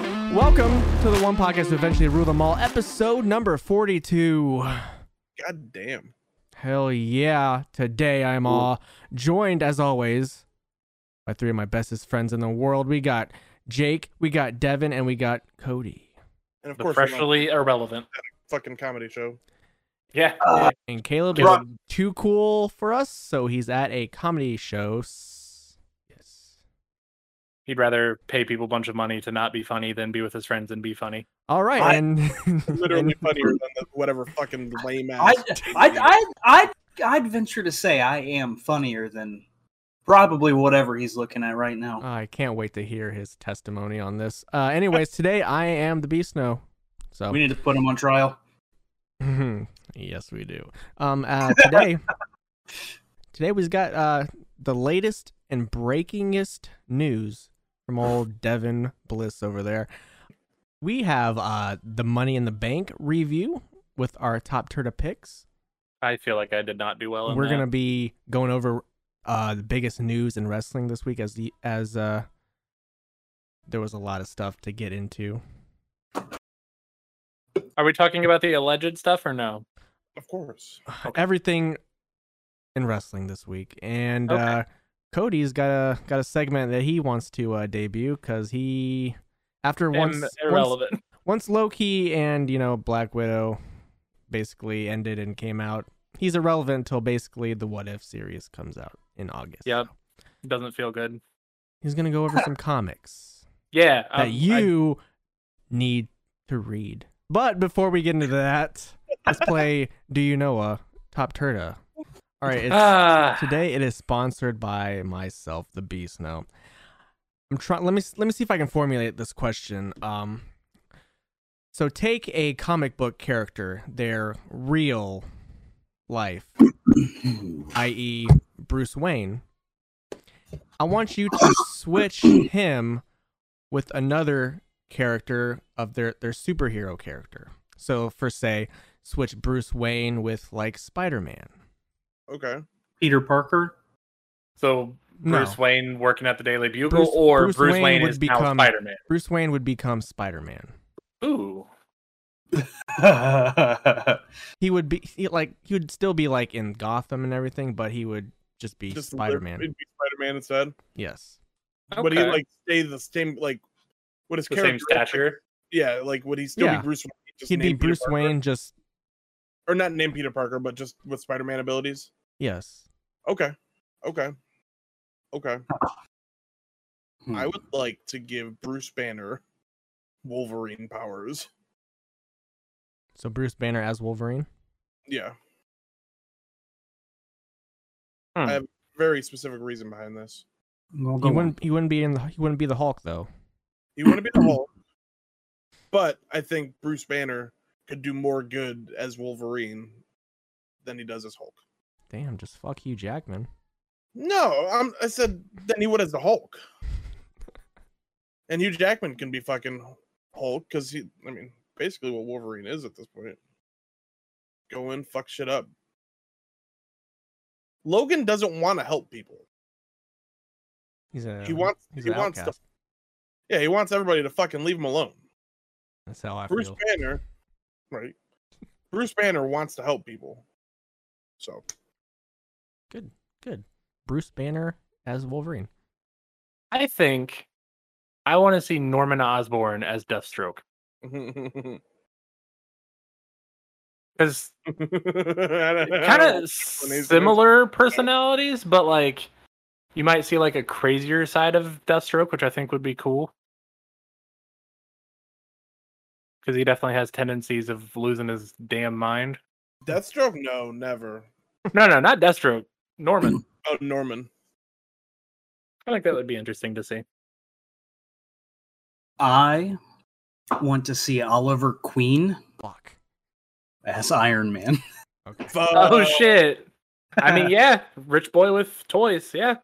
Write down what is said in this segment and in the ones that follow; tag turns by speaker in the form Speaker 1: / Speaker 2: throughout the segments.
Speaker 1: Welcome to the One Podcast to Eventually Rule Them All, episode number 42.
Speaker 2: God damn.
Speaker 1: Hell yeah. Today I'm all joined, as always, by three of my bestest friends in the world. We got Jake, we got Devin, and we got Cody.
Speaker 2: And of
Speaker 3: The
Speaker 2: course, we're not
Speaker 3: freshly irrelevant.
Speaker 2: a fucking comedy show.
Speaker 3: Yeah.
Speaker 2: Ah.
Speaker 1: And Caleb is
Speaker 3: Rob.
Speaker 1: too cool for us, so he's at a comedy show. S- Yes.
Speaker 3: He'd rather pay people a bunch of money to not be funny than be with his friends and be funny.
Speaker 1: All right.
Speaker 4: I-
Speaker 1: and
Speaker 2: Literally funnier than the, whatever fucking lame
Speaker 4: I,
Speaker 2: ass.
Speaker 4: I, I, I'd, I'd venture to say I am funnier than probably whatever he's looking at right now.
Speaker 1: I can't wait to hear his testimony on this. Uh, anyways, today I am the Beast Snow. So
Speaker 3: Oh.
Speaker 4: We need to put him on trial.
Speaker 1: Mhm. yes, we do. Um, uh, today, today we've got uh, the latest and breakingest news from old Devin Bliss over there. We have uh, the Money in the Bank review with our top turtle picks.
Speaker 3: I feel like I did not do well. In
Speaker 1: We're
Speaker 3: that.
Speaker 1: gonna be going over uh, the biggest news in wrestling this week, as the as uh, there was a lot of stuff to get into.
Speaker 3: Are we talking about the alleged stuff or no?
Speaker 2: Of course.
Speaker 1: everything in wrestling this week, and
Speaker 3: Okay.
Speaker 1: uh, Cody's got a got a segment that he wants to uh, debut because he after once,
Speaker 3: Im-
Speaker 1: once
Speaker 3: irrelevant.
Speaker 1: once Loki and you know Black Widow basically ended and came out, he's irrelevant till basically the What If series comes out in August.
Speaker 3: Yep. Doesn't feel good.
Speaker 1: he's gonna go over some comics
Speaker 3: Yeah.
Speaker 1: that
Speaker 3: um, I-
Speaker 1: you need to read. But before we get into that, let's play Do You Know a Top Turda. All right, it's,
Speaker 3: Ah,
Speaker 1: Today it is sponsored by myself, the Beast. Now, I'm trying. Let me let me see if I can formulate this question. Um, so take a comic book character, their real life, i.e., Bruce Wayne. I want you to switch him with another character of their their superhero character. So, for say, switch Bruce Wayne with like Spider Man.
Speaker 2: Okay.
Speaker 4: Peter Parker.
Speaker 3: so Bruce Wayne working at the Daily Bugle
Speaker 1: Bruce-
Speaker 3: or
Speaker 1: Bruce
Speaker 3: Bruce,
Speaker 1: Wayne
Speaker 3: Wayne,
Speaker 1: would
Speaker 3: is
Speaker 1: become-
Speaker 3: now Spider Man.
Speaker 1: Bruce Wayne would become Spider Man.
Speaker 3: Ooh.
Speaker 1: He would be he, like he would still be like in Gotham and everything, but he would just be
Speaker 2: Just
Speaker 1: Spider Man.
Speaker 2: It'd be Spider Man instead.
Speaker 1: Yes.
Speaker 2: Would he
Speaker 3: Okay.
Speaker 2: like stay the same, like, what his
Speaker 3: the
Speaker 2: character
Speaker 3: same
Speaker 2: is,
Speaker 3: stature?
Speaker 2: Yeah. Like, would he still
Speaker 1: Yeah.
Speaker 2: be Bruce Wayne? just
Speaker 1: He'd be
Speaker 2: named Peter
Speaker 1: Bruce
Speaker 2: Parker?
Speaker 1: Wayne just
Speaker 2: Or not named Peter Parker, but just with Spider Man abilities.
Speaker 1: yes.
Speaker 2: Okay. Okay. Okay.
Speaker 4: Hmm.
Speaker 2: I would like to give Bruce Banner Wolverine powers.
Speaker 1: So Bruce Banner as Wolverine.
Speaker 2: Yeah.
Speaker 3: Hmm.
Speaker 2: I have a very specific reason behind this.
Speaker 4: We'll
Speaker 1: He
Speaker 4: go on.
Speaker 1: wouldn't he wouldn't be in the, he wouldn't be the Hulk though.
Speaker 2: You want to be the Hulk, but I think Bruce Banner could do more good as Wolverine than he does as Hulk.
Speaker 1: Damn, just fuck Hugh Jackman.
Speaker 2: No, I'm, I said than he would as the Hulk. And Hugh Jackman can be fucking Hulk because he, I mean, basically what Wolverine is at this point. Go in, fuck shit up. Logan doesn't want to help people.
Speaker 1: He's a
Speaker 2: He wants-
Speaker 1: he's
Speaker 2: he
Speaker 1: an
Speaker 2: wants the-
Speaker 1: outcast.
Speaker 2: Yeah, he wants everybody to fucking leave him alone.
Speaker 1: That's how I
Speaker 2: Bruce
Speaker 1: feel.
Speaker 2: Banner, right? Bruce Banner wants to help people. So
Speaker 1: Good. Good. Bruce Banner as Wolverine.
Speaker 3: I think I want to see Norman Osborn as Deathstroke
Speaker 2: kind
Speaker 3: because kind of
Speaker 2: he's-
Speaker 3: similar personalities, but like you might see like a crazier side of Deathstroke, which I think would be cool. Because he definitely has tendencies of losing his damn mind.
Speaker 2: Deathstroke? No, never.
Speaker 3: No, no, not Deathstroke. Norman.
Speaker 2: Oh, Norman.
Speaker 3: I think that would be interesting to see.
Speaker 4: I want to see Oliver Queen
Speaker 1: Fuck.
Speaker 4: as Iron Man.
Speaker 1: Okay.
Speaker 2: Fuck.
Speaker 3: Oh shit! I mean, yeah, rich boy with toys, yeah,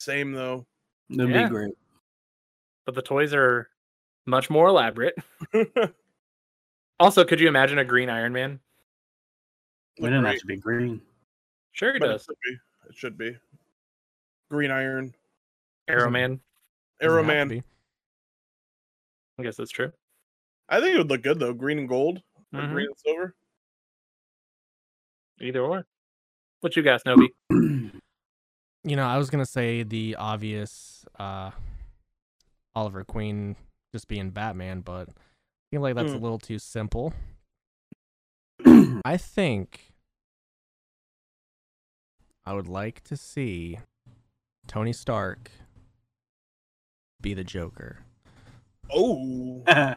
Speaker 2: Same though.
Speaker 4: That'd
Speaker 3: Yeah.
Speaker 4: be great.
Speaker 3: but the toys are much more elaborate. Also, could you imagine a green Iron Man?
Speaker 4: We didn't have
Speaker 2: Great,
Speaker 4: to be green.
Speaker 3: Sure, he
Speaker 2: but it
Speaker 3: does.
Speaker 2: should be. It should be. Green Iron,
Speaker 3: Arrow Man.
Speaker 1: Doesn't
Speaker 2: Arrow
Speaker 1: have to
Speaker 2: Man.
Speaker 1: be.
Speaker 3: I guess that's true.
Speaker 2: I think it would look good though, green and gold, or
Speaker 3: Mhm.
Speaker 2: green and silver.
Speaker 3: Either or. What you guys, Nobi?
Speaker 1: You know, I was gonna say the obvious uh Oliver Queen just being Batman, but I feel like that's a
Speaker 2: Mm.
Speaker 1: little too simple. I think I would like to see Tony Stark be the Joker.
Speaker 2: Oh,
Speaker 4: I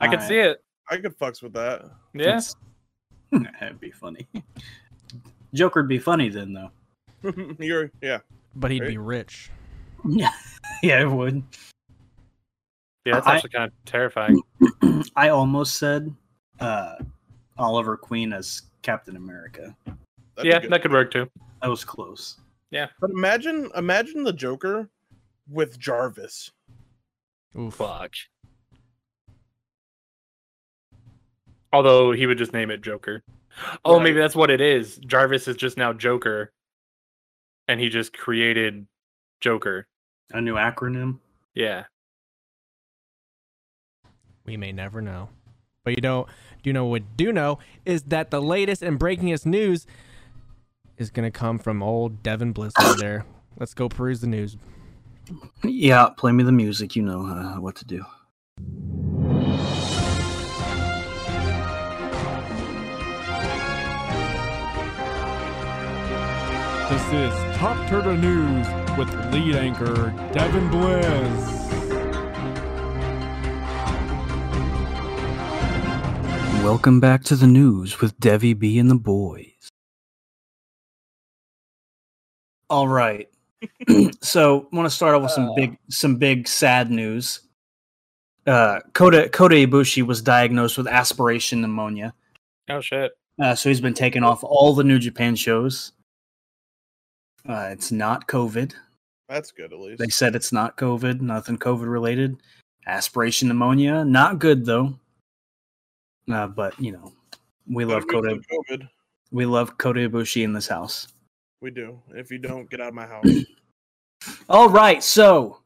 Speaker 3: I could see it.
Speaker 2: I could fucks with that.
Speaker 3: Yeah.
Speaker 4: That'd be funny. Joker'd be funny then, though.
Speaker 2: You're yeah.
Speaker 1: But he'd be rich.
Speaker 4: Yeah, yeah, it would.
Speaker 3: Yeah, that's
Speaker 4: I-
Speaker 3: actually kind of terrifying.
Speaker 4: I almost said uh, Oliver Queen as Captain America.
Speaker 2: that'd be
Speaker 3: Yeah,
Speaker 2: good.
Speaker 3: that could work too.
Speaker 4: That was close.
Speaker 2: But imagine, imagine the Joker with Jarvis.
Speaker 1: Oof.
Speaker 3: Fuck. Although he would just name it Joker. Oh, maybe
Speaker 2: Right.
Speaker 3: that's what it is. Jarvis is just now Joker, and he just created Joker.
Speaker 4: A new acronym.
Speaker 3: Yeah.
Speaker 1: We may never know. But you know, do you know what we do know is that the latest and breakingest news is gonna come from old Devin Bliss over there. Let's go peruse the news.
Speaker 4: Yeah, play me the music. You know uh, what to do.
Speaker 1: This is Top Turtle News with lead anchor Devin Bliss.
Speaker 4: Welcome back to the news with Devi B and the boys. All right. so, want to start off with some big, some big sad news. Uh, Kota Kota Ibushi was diagnosed with aspiration pneumonia,
Speaker 3: Oh shit.
Speaker 4: uh, so he's been taken off all the New Japan shows. Uh, it's not COVID.
Speaker 2: That's good at least.
Speaker 4: They said it's not COVID, nothing COVID related. Aspiration pneumonia, not good though. Uh, but you know, we
Speaker 2: Gotta
Speaker 4: love
Speaker 2: move
Speaker 4: Kota.
Speaker 2: through COVID.
Speaker 4: We love Kota Ibushi in this house.
Speaker 2: We do. If you don't, get out of my house.
Speaker 4: All right, so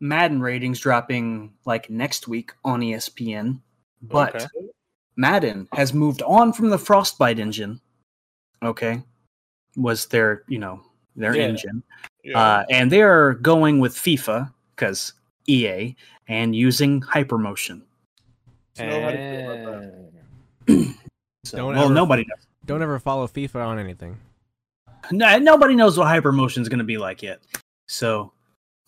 Speaker 4: Madden ratings dropping like next week on E ESPN, but
Speaker 3: Okay.
Speaker 4: Madden has moved on from the Frostbite engine. Okay, was their you know their
Speaker 3: Yeah.
Speaker 4: engine.
Speaker 2: Yeah.
Speaker 4: Uh, and they are going with FIFA because EA and using Hypermotion.
Speaker 2: So how do you feel about that?
Speaker 4: So,
Speaker 1: Don't
Speaker 4: well,
Speaker 1: ever-
Speaker 4: nobody knows.
Speaker 1: Don't ever follow FIFA on anything.
Speaker 4: No, nobody knows what Hypermotion is going to be like yet. So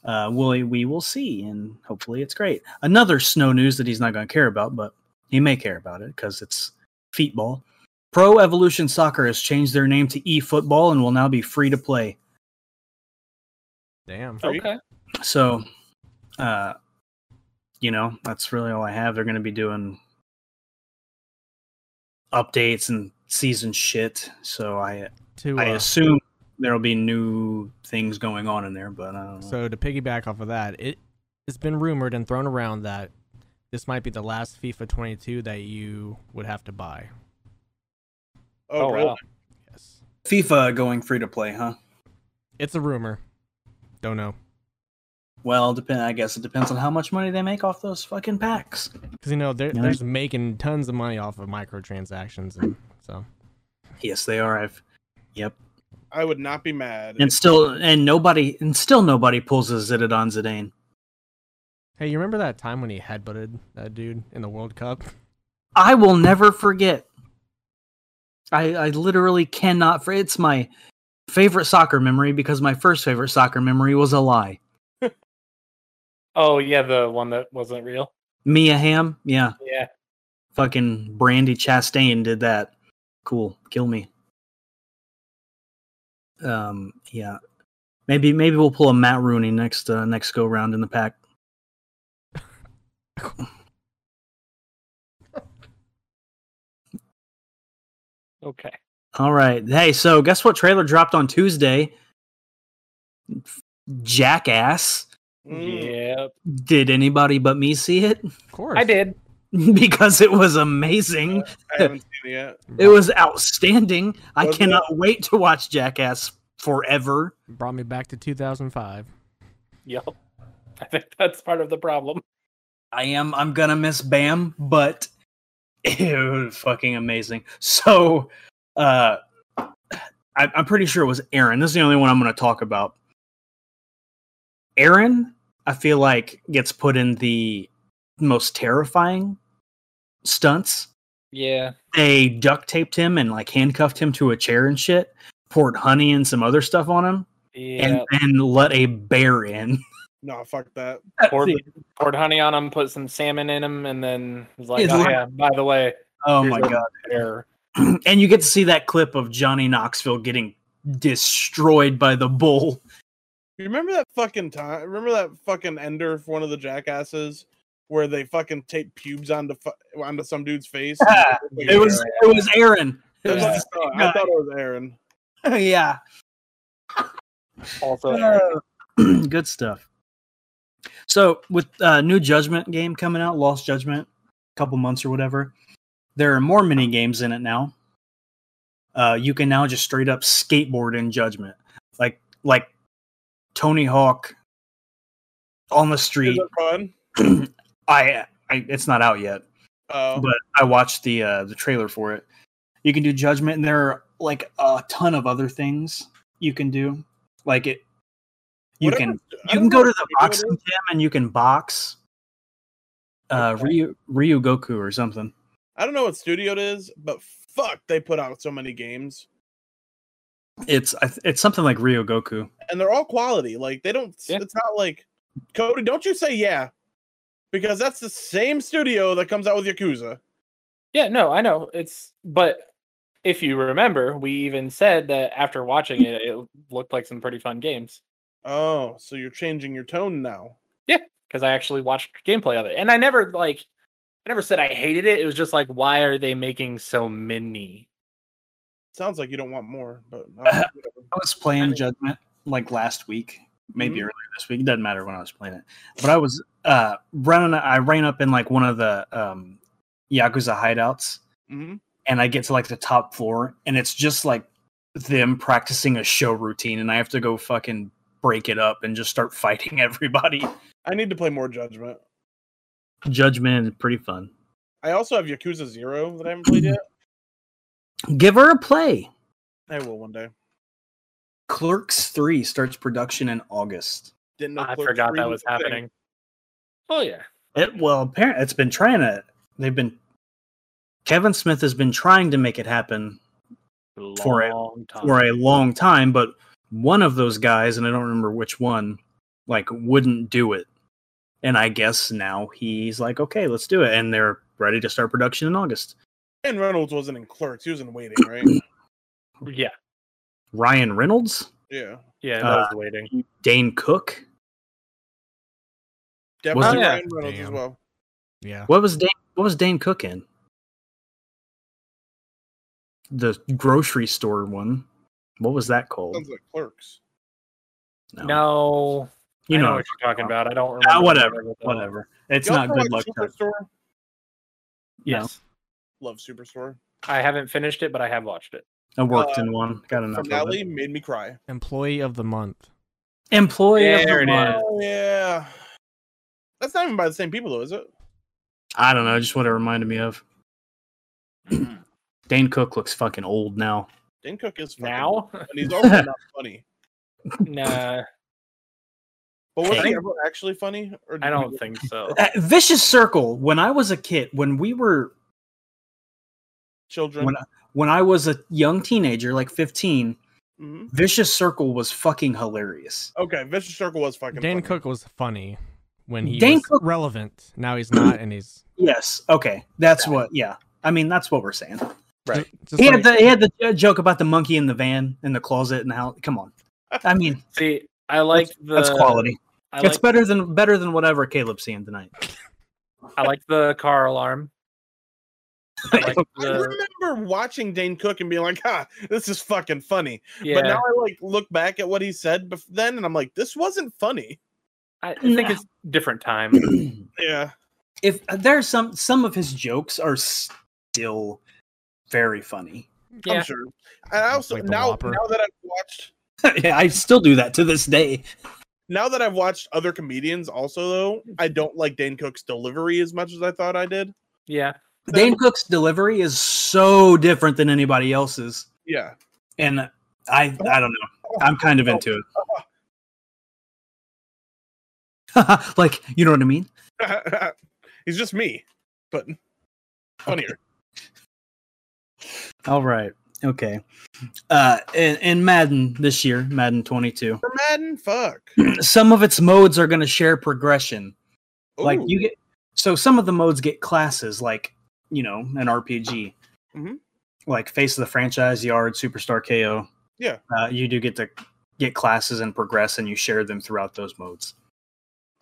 Speaker 4: uh, we'll, we will see, and hopefully it's great. Another snow news that he's not going to care about, but he may care about it because it's feetball. Pro Evolution Soccer has changed their name to eFootball and will now be free to play.
Speaker 1: Damn.
Speaker 2: Free?
Speaker 3: Okay.
Speaker 4: So, uh, you know, that's really all I have. They're going to be doing updates and season shit. So I
Speaker 1: To
Speaker 4: I
Speaker 1: uh,
Speaker 4: assume there'll be new things going on in there, but uh, I don't know.
Speaker 1: so to piggyback off of that, it it's been rumored and thrown around that this might be the last FIFA 22 that you would have to buy.
Speaker 2: oh,
Speaker 3: oh,
Speaker 2: really?
Speaker 3: wow.
Speaker 1: Yes.
Speaker 4: FIFA going free to play, huh?
Speaker 1: It's a rumor. Don't know.
Speaker 4: Well, depend. I guess it depends on how much money they make off those fucking packs.
Speaker 1: Because you know they're
Speaker 4: Yeah.
Speaker 1: they're just making tons of money off of microtransactions, and so
Speaker 4: Yes, they are. I've, yep.
Speaker 2: I would not be mad.
Speaker 4: And still, and nobody, and still nobody pulls a Zidane Zidane.
Speaker 1: hey, you remember that time when he headbutted that dude in the World Cup?
Speaker 4: I will never forget. I I literally cannot for it's my favorite soccer memory because my first favorite soccer memory was a lie.
Speaker 3: Oh yeah, the one that wasn't real.
Speaker 4: Mia Ham, yeah,
Speaker 3: Yeah.
Speaker 4: fucking Brandy Chastain did that. Cool, kill me. Um, yeah, maybe maybe we'll pull a Matt Rooney next uh, next go round in the pack.
Speaker 3: Okay.
Speaker 4: All right, hey, so guess what? Trailer dropped on Tuesday. Jackass.
Speaker 2: Mm,
Speaker 3: Yep.
Speaker 4: Did anybody but me see it?
Speaker 1: Of course,
Speaker 3: I did.
Speaker 4: because it was amazing.
Speaker 2: I haven't seen it yet.
Speaker 4: It was outstanding. I
Speaker 2: Was it?
Speaker 4: cannot wait to watch Jackass forever.
Speaker 1: brought me back to 2005.
Speaker 3: Yep. I think that's part of the problem.
Speaker 4: I am. I'm gonna miss Bam, but it was fucking amazing. So, uh, I, I'm pretty sure it was Aaron. This is the only one I'm gonna talk about. Aaron, I feel like gets put in the most terrifying stunts.
Speaker 3: Yeah.
Speaker 4: They duct taped him and like handcuffed him to a chair and shit. Poured honey and some other stuff on him,
Speaker 3: Yeah.
Speaker 4: and then let a bear in.
Speaker 2: No, fuck that.
Speaker 3: poured, poured honey on him, put some salmon in him, and then was like,
Speaker 4: It's
Speaker 3: oh,
Speaker 4: like-
Speaker 3: yeah, by the way,
Speaker 4: oh
Speaker 3: here's
Speaker 4: my
Speaker 3: a
Speaker 4: god.
Speaker 3: bear."
Speaker 4: and you get to see that clip of Johnny Knoxville getting destroyed by the bull.
Speaker 2: You remember that fucking time? Remember that fucking ender for one of the jackasses where they fucking tape pubes onto fu- onto some dude's face?
Speaker 4: It was it was Aaron. It
Speaker 2: That's what I,
Speaker 4: was
Speaker 2: thought.
Speaker 4: guy.
Speaker 2: I thought it was Aaron.
Speaker 4: yeah.
Speaker 3: Also,
Speaker 4: Uh, Good stuff. So with uh, new Judgment game coming out, Lost Judgment, a couple months or whatever, there are more mini games in it now. Uh, you can now just straight up skateboard in Judgment, like like Tony Hawk on the
Speaker 2: Is
Speaker 4: street.
Speaker 2: it fun?
Speaker 4: I, I it's not out yet.
Speaker 2: Oh,
Speaker 4: but I watched the uh, the trailer for it. You can do Judgment, and there are like a ton of other things you can do. Like it, you
Speaker 2: whatever-
Speaker 4: can
Speaker 2: I
Speaker 4: you
Speaker 2: don't
Speaker 4: can
Speaker 2: know
Speaker 4: go to
Speaker 2: what
Speaker 4: the
Speaker 2: it
Speaker 4: boxing
Speaker 2: is.
Speaker 4: gym and you can box. Uh,
Speaker 2: Okay.
Speaker 4: Ryu Ryu Goku or something.
Speaker 2: I don't know what studio it is, but fuck, they put out so many games,
Speaker 4: It's I th- it's something like Ryu Goku.
Speaker 2: and they're all quality. Like they don't.
Speaker 3: Yeah.
Speaker 2: It's not like Cody. Don't you say yeah, because that's the same studio that comes out with Yakuza.
Speaker 3: yeah, no, I know. It's, but if you remember, we even said that after watching it, it looked like some pretty fun games
Speaker 2: Oh, so you're changing your tone now.
Speaker 3: because I actually watched gameplay of it. And I never, like, I never said I hated it. It was just like, why are they making so many?
Speaker 2: Sounds like you don't want more, but uh, whatever.
Speaker 4: I was playing
Speaker 3: I mean-
Speaker 4: Judgment like last week, maybe
Speaker 2: Mhm.
Speaker 4: earlier this week. It doesn't matter when I was playing it. But I was uh running. I ran up in like one of the um Yakuza hideouts,
Speaker 2: Mhm.
Speaker 4: and I get to like the top floor, and it's just like them practicing a show routine, and I have to go fucking break it up and just start fighting everybody.
Speaker 2: I need to play more Judgment.
Speaker 4: Judgment is pretty fun.
Speaker 2: I also have Yakuza Zero that I haven't played yet.
Speaker 4: Give her a play.
Speaker 2: I will one day.
Speaker 4: Clerks 3 starts production in August.
Speaker 2: Didn't know.
Speaker 3: I
Speaker 2: Clerks
Speaker 3: forgot
Speaker 2: 3
Speaker 3: that was
Speaker 2: a thing.
Speaker 3: happening. Oh, yeah.
Speaker 4: It well, apparently it's been trying to they've been Kevin Smith has been trying to make it happen For a-
Speaker 3: long time.
Speaker 4: for a long time, but one of those guys, and I don't remember which one, like wouldn't do it. And I guess now he's like, okay, let's do it. And they're ready to start production in August.
Speaker 2: Ryan Reynolds wasn't in Clerks. He was in Waiting, right?
Speaker 3: Yeah.
Speaker 4: Ryan Reynolds,
Speaker 2: yeah.
Speaker 3: Yeah.
Speaker 4: Uh,
Speaker 3: That was waiting.
Speaker 4: Dane Cook.
Speaker 2: Definitely
Speaker 3: yeah.
Speaker 2: Ryan Reynolds as
Speaker 1: Damn.
Speaker 2: well.
Speaker 1: Yeah.
Speaker 4: What was Dane what was Dane Cook in? The grocery store one. What was that called?
Speaker 2: Sounds like Clerks.
Speaker 3: No.
Speaker 4: you
Speaker 3: I
Speaker 4: know,
Speaker 3: what you're talking about. I don't remember.
Speaker 4: Ah, whatever,
Speaker 3: though.
Speaker 4: whatever. It's
Speaker 2: Y'all
Speaker 4: not
Speaker 2: ever
Speaker 4: good luck.
Speaker 2: watch
Speaker 4: Charlie.
Speaker 2: Superstore.
Speaker 4: Yeah.
Speaker 3: Yes.
Speaker 2: Love Superstore.
Speaker 3: uh, I haven't finished it, but I have watched it.
Speaker 4: I worked
Speaker 2: Uh,
Speaker 4: in one. Got enough. Of
Speaker 2: Finale
Speaker 4: it.
Speaker 2: made me cry.
Speaker 1: Employee of the month.
Speaker 4: Employee of
Speaker 3: There
Speaker 4: the
Speaker 3: it
Speaker 4: month.
Speaker 3: is.
Speaker 2: Oh yeah. That's not even by the same people though, is it?
Speaker 4: I don't know. Just what it reminded me of.
Speaker 3: Mm-hmm.
Speaker 4: Dane Cook looks fucking old now.
Speaker 2: Dane Cook is fucking
Speaker 3: Now?
Speaker 2: old, and he's also not funny.
Speaker 3: nah,
Speaker 2: But was
Speaker 4: Hey.
Speaker 2: he ever actually funny? Or
Speaker 3: I
Speaker 2: did he
Speaker 3: don't
Speaker 2: just-
Speaker 3: think so.
Speaker 4: Uh, Vicious Circle. When I was a kid, when we were
Speaker 2: Children.
Speaker 4: when I, when I was a young teenager, like fifteen,
Speaker 2: Mhm.
Speaker 4: Vicious Circle was fucking hilarious.
Speaker 2: Okay, Vicious Circle was fucking.
Speaker 1: Dane
Speaker 2: funny.
Speaker 1: Cook was funny when he
Speaker 4: Dane
Speaker 1: was
Speaker 4: Cook-
Speaker 1: relevant. Now he's not, and he's
Speaker 4: Yes. Okay. That's what. Yeah. I mean, that's what we're saying.
Speaker 3: Right.
Speaker 1: ju- just
Speaker 4: He
Speaker 1: like-
Speaker 4: had the he had the j- joke about the monkey in the van in the closet and how. Come on. I mean,
Speaker 3: See, I like the
Speaker 4: that's quality.
Speaker 3: I
Speaker 4: It's
Speaker 3: like,
Speaker 4: better than better than whatever Caleb's seeing tonight.
Speaker 3: I like the car alarm. I like
Speaker 2: I
Speaker 3: the,
Speaker 2: remember watching Dane Cook and being like, "Ha, this is fucking funny."
Speaker 3: yeah,
Speaker 2: But now I like look back at what he said bef- then, and I'm like, "This wasn't funny."
Speaker 3: I, I think it's different time.
Speaker 2: Yeah,
Speaker 4: if there's some some of his jokes are still very funny.
Speaker 3: Yeah.
Speaker 2: I'm sure. And I also
Speaker 1: Like the
Speaker 2: now
Speaker 1: Whopper.
Speaker 2: now that I've watched
Speaker 4: yeah, I still do that to this day.
Speaker 2: now that I've watched other comedians, also though, I don't like Dane Cook's delivery as much as I thought I did.
Speaker 3: Yeah.
Speaker 4: Dane Cook's delivery is so different than anybody else's,
Speaker 2: Yeah,
Speaker 4: and I I don't know. I'm kind of into it. like you know what I mean?
Speaker 2: he's just me, but funnier.
Speaker 4: All right. Okay. Uh, in, in Madden this year, Madden 22,
Speaker 2: For Madden, fuck.
Speaker 4: some of its modes are going to share progression. Like
Speaker 2: Ooh.
Speaker 4: you get, so some of the modes get classes, like you know, an RPG,
Speaker 2: Mhm.
Speaker 4: like face of the franchise, yard, superstar KO.
Speaker 2: Yeah.
Speaker 4: uh, you do get to get classes and progress, and you share them throughout those modes.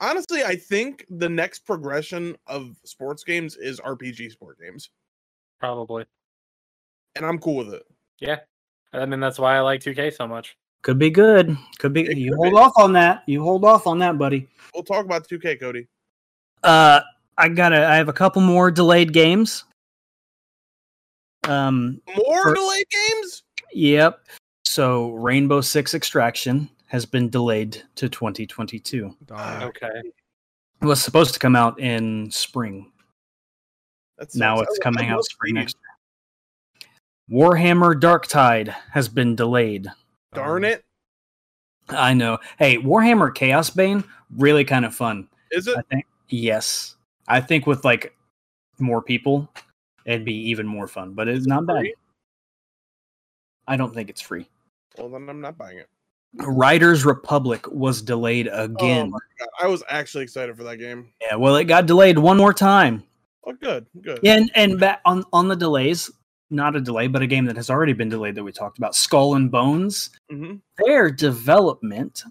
Speaker 2: honestly, I think the next progression of sports games is RPG sport games,
Speaker 3: Probably.
Speaker 2: and I'm cool with it.
Speaker 3: Yeah. I mean, that's why I like 2K so much.
Speaker 4: Could be good. Could be.
Speaker 2: It
Speaker 4: you
Speaker 2: could
Speaker 4: hold
Speaker 2: be.
Speaker 4: off on that. You hold off on that, buddy.
Speaker 2: We'll talk about 2K, Cody.
Speaker 4: Uh, I gotta. I have a couple more delayed games. Um,
Speaker 2: More
Speaker 4: For-
Speaker 2: delayed games?
Speaker 4: Yep. So Rainbow Six Extraction has been delayed to 2022.
Speaker 1: Dog.
Speaker 3: Okay.
Speaker 4: It was supposed to come out in spring.
Speaker 2: That's
Speaker 4: now
Speaker 2: sucks.
Speaker 4: it's
Speaker 2: I- I
Speaker 4: coming out
Speaker 2: love
Speaker 4: spring
Speaker 2: speed.
Speaker 4: next year. Warhammer Darktide has been delayed.
Speaker 2: Darn it!
Speaker 4: I know. Hey, Warhammer Chaos Bane, really kind of fun.
Speaker 2: Is it?
Speaker 4: I think yes. I think with like more people, it'd be even more fun, but it's not bad.
Speaker 2: free?
Speaker 4: I don't think it's free.
Speaker 2: Well, then I'm not buying it.
Speaker 4: Riders Republic was delayed again.
Speaker 2: Oh my God, I was actually excited for that game.
Speaker 4: Yeah, well, it got delayed one more time.
Speaker 2: Oh, good, good.
Speaker 4: Yeah, and, and back on on the delays, not a delay, but a game that has already been delayed that we talked about, Skull and Bones.
Speaker 2: hmm
Speaker 4: Their development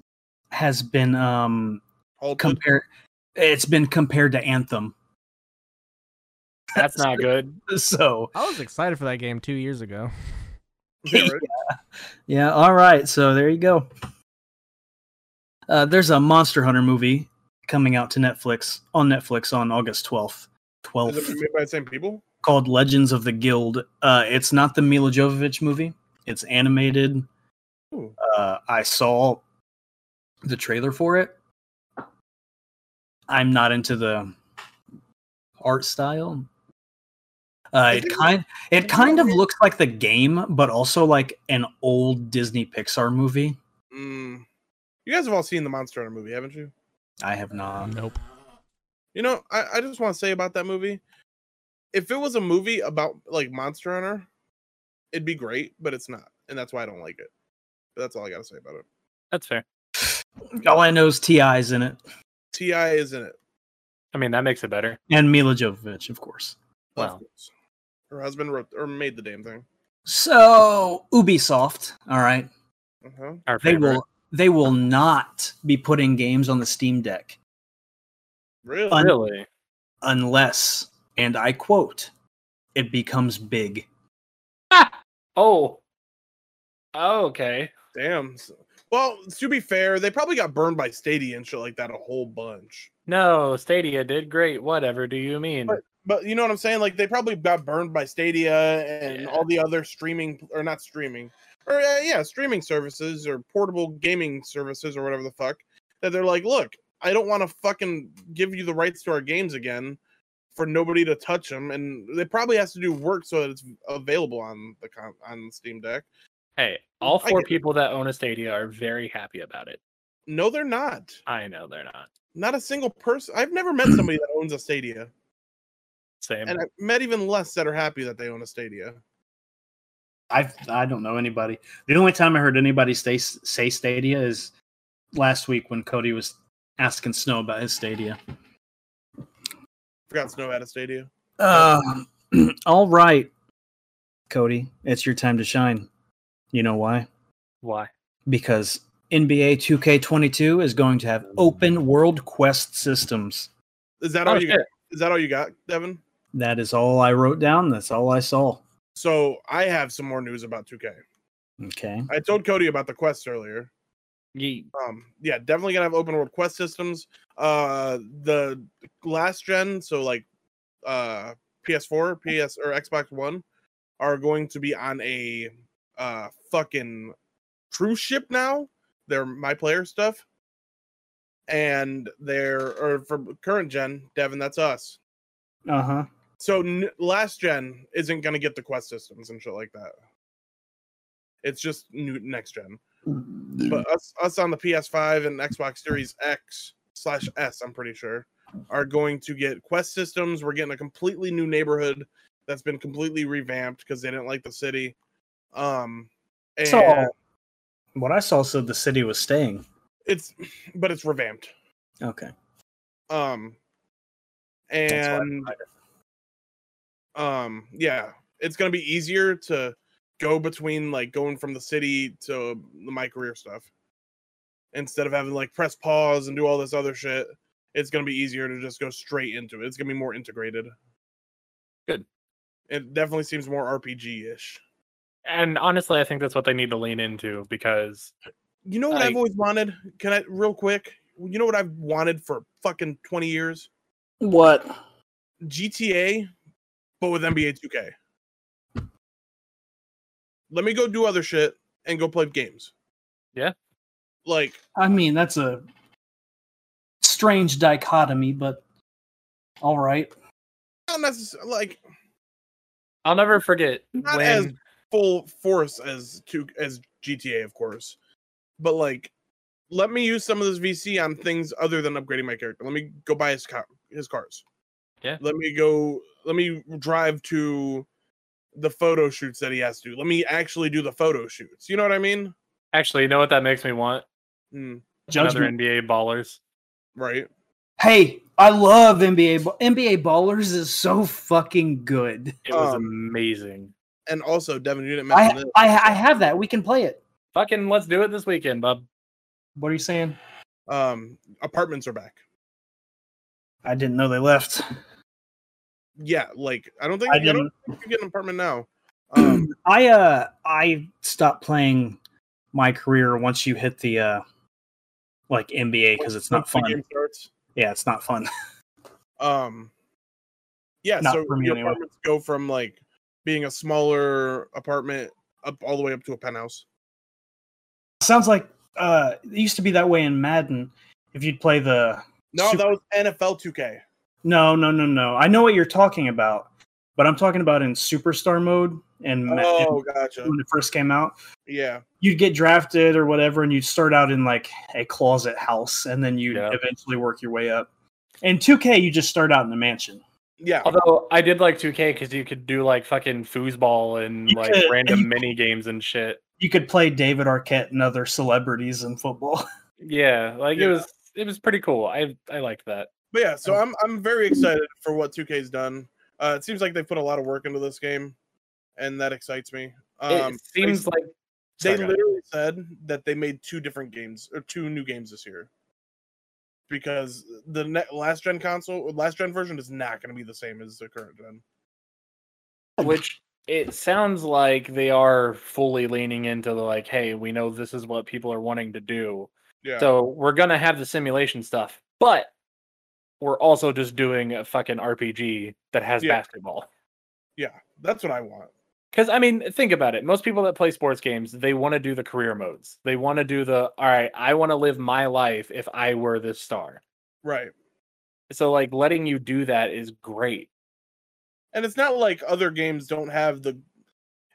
Speaker 4: has been um compared. It's been compared to Anthem.
Speaker 3: That's not good.
Speaker 4: So
Speaker 1: I was excited for that game two years ago.
Speaker 4: yeah, all right. So there you go. Uh, there's a Monster Hunter movie coming out to Netflix on Netflix on August twelfth.
Speaker 2: Is it
Speaker 4: Twelfth.
Speaker 2: made by the same people?
Speaker 4: called Legends of the Guild. Uh, it's not the Mila Jovovich movie. It's animated.
Speaker 2: Ooh.
Speaker 4: Uh, I saw the trailer for it. I'm not into the art style. Uh,
Speaker 2: I
Speaker 4: it
Speaker 2: think-
Speaker 4: kind
Speaker 2: I
Speaker 4: it
Speaker 2: think
Speaker 4: kind
Speaker 2: that
Speaker 4: of
Speaker 2: is-
Speaker 4: looks like the game, but also like an old Disney Pixar movie.
Speaker 2: Mm. You guys have all seen the Monster Hunter movie, haven't you?
Speaker 4: I have not.
Speaker 1: nope.
Speaker 2: You know, I, I just want to say about that movie. If it was a movie about like Monster Hunter, it'd be great, but it's not. And that's why I don't like it. But that's all I gotta say about it.
Speaker 3: That's fair.
Speaker 4: All I know is Ti's in it
Speaker 2: TI is in it.
Speaker 3: I mean, that makes it better.
Speaker 4: and Mila Jovovich, of course.
Speaker 2: of
Speaker 3: Wow.
Speaker 2: course. Her husband wrote or made the damn thing.
Speaker 4: So Ubisoft, all right.
Speaker 2: Uh-huh.
Speaker 3: Our
Speaker 4: they
Speaker 3: favorite.
Speaker 4: will they will not be putting games on the steam deck
Speaker 2: Really?
Speaker 4: Un-
Speaker 3: Really?
Speaker 4: unless and i quote it becomes big
Speaker 3: Oh. Oh, okay.
Speaker 2: Damn. S- Well, to be fair, they probably got burned by Stadia and shit like that a whole bunch.
Speaker 3: No, Stadia did great. Whatever do you mean?
Speaker 2: But- But you know what I'm saying? Like they probably got burned by Stadia and
Speaker 3: Yeah.
Speaker 2: all the other streaming or not streaming or uh, yeah, streaming services or portable gaming services or whatever the fuck that they're like, look, I don't want to fucking give you the rights to our games again for nobody to touch them, and they probably has to do work so that it's available on the con- on the Steam Deck.
Speaker 3: Hey, all
Speaker 2: I
Speaker 3: four
Speaker 2: get it.
Speaker 3: people that own a Stadia are very happy about it.
Speaker 2: No, they're not.
Speaker 3: I know they're not.
Speaker 2: Not a single person. I've never met somebody that owns a Stadia.
Speaker 3: Same.
Speaker 2: and I've met even less that are happy that they own a Stadia.
Speaker 4: i i don't know anybody the only time i heard anybody say say stadia is last week when cody was asking snow about his stadia
Speaker 2: Forgot Snow had a Stadia.
Speaker 4: um all right cody it's your time to shine you know why
Speaker 3: Why?
Speaker 4: because nba 2k22 is going to have open world quest systems
Speaker 2: Is that
Speaker 3: Oh,
Speaker 2: all you? Got?
Speaker 3: shit.
Speaker 2: Is that all you got, Devin?
Speaker 4: That is all I wrote down. That's all I saw.
Speaker 2: So I have some more news about 2K.
Speaker 4: Okay.
Speaker 2: I told Cody about the quests earlier.
Speaker 3: Ye-
Speaker 2: Um, yeah, definitely gonna have open world quest systems. Uh, the last gen, so like, uh, PS4, PS or Xbox One, are going to be on a uh fucking cruise ship now. They're my player stuff. and they're or for current gen, Devin, that's us.
Speaker 4: Uh huh.
Speaker 2: So n- last gen isn't going to get the quest systems and shit like that. It's just new next gen.
Speaker 4: Mm-hmm.
Speaker 2: But us us on the PS5 and Xbox Series X slash S, I'm pretty sure, are going to get quest systems. We're getting a completely new neighborhood that's been completely revamped because they didn't like the city. Um, and
Speaker 4: So what I saw said the city was staying.
Speaker 2: it's but it's revamped.
Speaker 4: Okay.
Speaker 2: Um,
Speaker 4: That's why I
Speaker 2: and
Speaker 4: lied.
Speaker 2: um yeah it's gonna be easier to go between like going from the city to my career stuff instead of having to, like press pause and do all this other shit it's gonna be easier to just go straight into it it's gonna be more integrated
Speaker 3: Good.
Speaker 2: it definitely seems more rpg-ish
Speaker 3: And honestly, I think that's what they need to lean into because
Speaker 2: you know what
Speaker 3: I-
Speaker 2: i've always wanted can i real quick you know what i've wanted for fucking 20 years
Speaker 4: What?
Speaker 2: GTA, but with NBA 2K. Let me go do other shit and go play games.
Speaker 3: Yeah.
Speaker 2: Like,
Speaker 4: I mean, that's a strange dichotomy, but all right.
Speaker 2: not necessarily like
Speaker 3: I'll never forget
Speaker 2: Not
Speaker 3: when
Speaker 2: as- full force as two as GTA, of course. But like, let me use some of this VC on things other than upgrading my character. Let me go buy his car, his cars.
Speaker 3: Yeah.
Speaker 2: Let me go. Let me drive to the photo shoots that he has to. do. Let me actually do the photo shoots. You know what I mean?
Speaker 3: actually, you know what that makes me want?
Speaker 2: Hmm,
Speaker 4: Judgment.
Speaker 3: Another NBA ballers.
Speaker 2: right.
Speaker 4: Hey, I love NBA. Ba- NBA Ballers is so fucking good.
Speaker 3: It was
Speaker 2: Um,
Speaker 3: amazing.
Speaker 2: And also, Devin, you didn't mention
Speaker 4: I,
Speaker 2: this.
Speaker 4: I I have that. We can play it.
Speaker 3: Fucking let's do it this weekend, bub.
Speaker 4: What are you saying?
Speaker 2: Um, apartments are back.
Speaker 4: I didn't know they left.
Speaker 2: Yeah, like I don't think
Speaker 4: I
Speaker 2: I, don't
Speaker 4: didn't.
Speaker 2: think you get an apartment now. Um,
Speaker 4: I uh I stopped playing my career once you hit the uh like NBA because it's not
Speaker 2: once the game
Speaker 4: fun.
Speaker 2: starts.
Speaker 4: Yeah, it's not fun.
Speaker 2: Um, yeah,
Speaker 4: Not
Speaker 2: so
Speaker 4: for me
Speaker 2: your
Speaker 4: anyway.
Speaker 2: apartments go from like being a smaller apartment up all the way up to a penthouse.
Speaker 4: Sounds like uh it used to be that way in Madden. If you'd play the
Speaker 2: No,
Speaker 4: Super-
Speaker 2: that was NFL 2K.
Speaker 4: no no no no, I know what you're talking about, but I'm talking about in superstar mode and Ma-
Speaker 2: Oh, gotcha.
Speaker 4: when it first came out.
Speaker 2: Yeah,
Speaker 4: You'd get drafted or whatever, and you'd start out in like a closet house, and then you
Speaker 3: Yeah.
Speaker 4: would eventually work your way up. In 2K, you just start out in a mansion.
Speaker 2: yeah.
Speaker 4: Oh.
Speaker 3: Although I did like 2K because you could do like fucking foosball and
Speaker 4: You
Speaker 3: like
Speaker 4: could-
Speaker 3: random
Speaker 4: you-
Speaker 3: mini games and shit.
Speaker 4: you could play David Arquette and other celebrities in football.
Speaker 3: Yeah, like
Speaker 2: Yeah.
Speaker 3: it was it was pretty cool. I I liked that.
Speaker 2: But yeah, so I'm I'm very excited for what 2K's done. Uh, it seems like they put a lot of work into this game, and that excites me. Um,
Speaker 3: it seems like
Speaker 2: They
Speaker 3: Sorry, go ahead.
Speaker 2: literally said that they made two different games or two new games this year because the ne- last gen console, or last gen version is not going to be the same as the current gen.
Speaker 3: which it sounds like they are fully leaning into the like hey we know this is what people are wanting to do
Speaker 2: Yeah,
Speaker 3: so we're gonna have the simulation stuff but we're also just doing a fucking rpg that has
Speaker 2: Yeah.
Speaker 3: basketball
Speaker 2: yeah, that's what I want.
Speaker 3: because i mean think about it most people that play sports games they want to do the career modes they want to do the all right i want to live my life if i were this star
Speaker 2: Right,
Speaker 3: so like letting you do that is great
Speaker 2: and it's not like other games don't have the.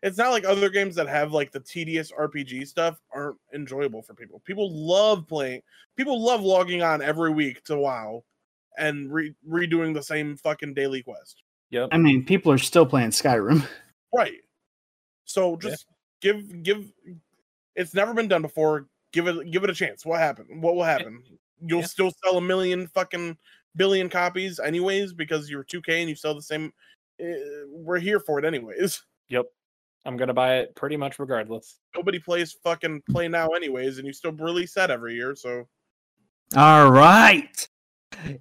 Speaker 2: It's not like other games that have like the tedious RPG stuff aren't enjoyable for people. People love playing. People love logging on every week to WoW, and re- redoing the same fucking daily quest.
Speaker 3: yep
Speaker 4: I mean, people are still playing Skyrim.
Speaker 2: Right. So
Speaker 3: Yeah.
Speaker 2: just give give it's never been done before. Give it give it a chance. What happened? What will happen? You'll
Speaker 3: Yeah.
Speaker 2: still sell a million fucking billion copies anyways because you're 2K and you sell the same uh, we're here for it anyways.
Speaker 3: yep i'm gonna buy it pretty much regardless
Speaker 2: Nobody plays fucking play now anyways and you still release that every year, so
Speaker 4: All right.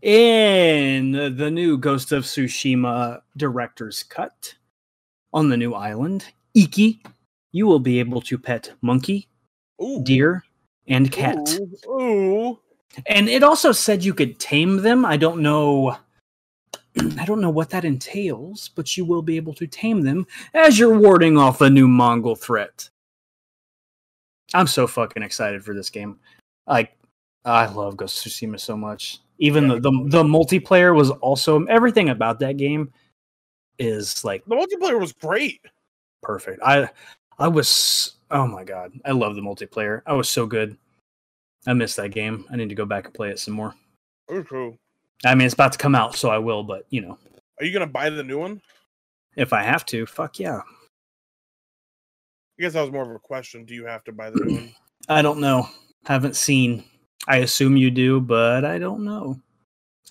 Speaker 4: In the new Ghost of Tsushima director's cut on the new island, Iki, you will be able to pet monkey,
Speaker 2: ooh.
Speaker 4: deer, and cat.
Speaker 2: Ooh. ooh.
Speaker 4: And it also said you could tame them. I don't know. I don't know what that entails, but you will be able to tame them as you're warding off a new Mongol threat. I'm so fucking excited for this game. Like, I love Ghost of Tsushima so much. Even the, the the multiplayer was also everything about that game is like
Speaker 2: The multiplayer was great.
Speaker 4: perfect. I I was oh my god, I love the multiplayer. I was so good. I missed that game. I need to go back and play it some more.
Speaker 2: It was cool.
Speaker 4: I mean, it's about to come out, so I will. But you know,
Speaker 2: Are you gonna buy the new one?
Speaker 4: if I have to, fuck yeah.
Speaker 2: I guess that was more of a question. Do you have to buy the new one?
Speaker 4: I don't know. Haven't seen. I assume you do, but I don't know.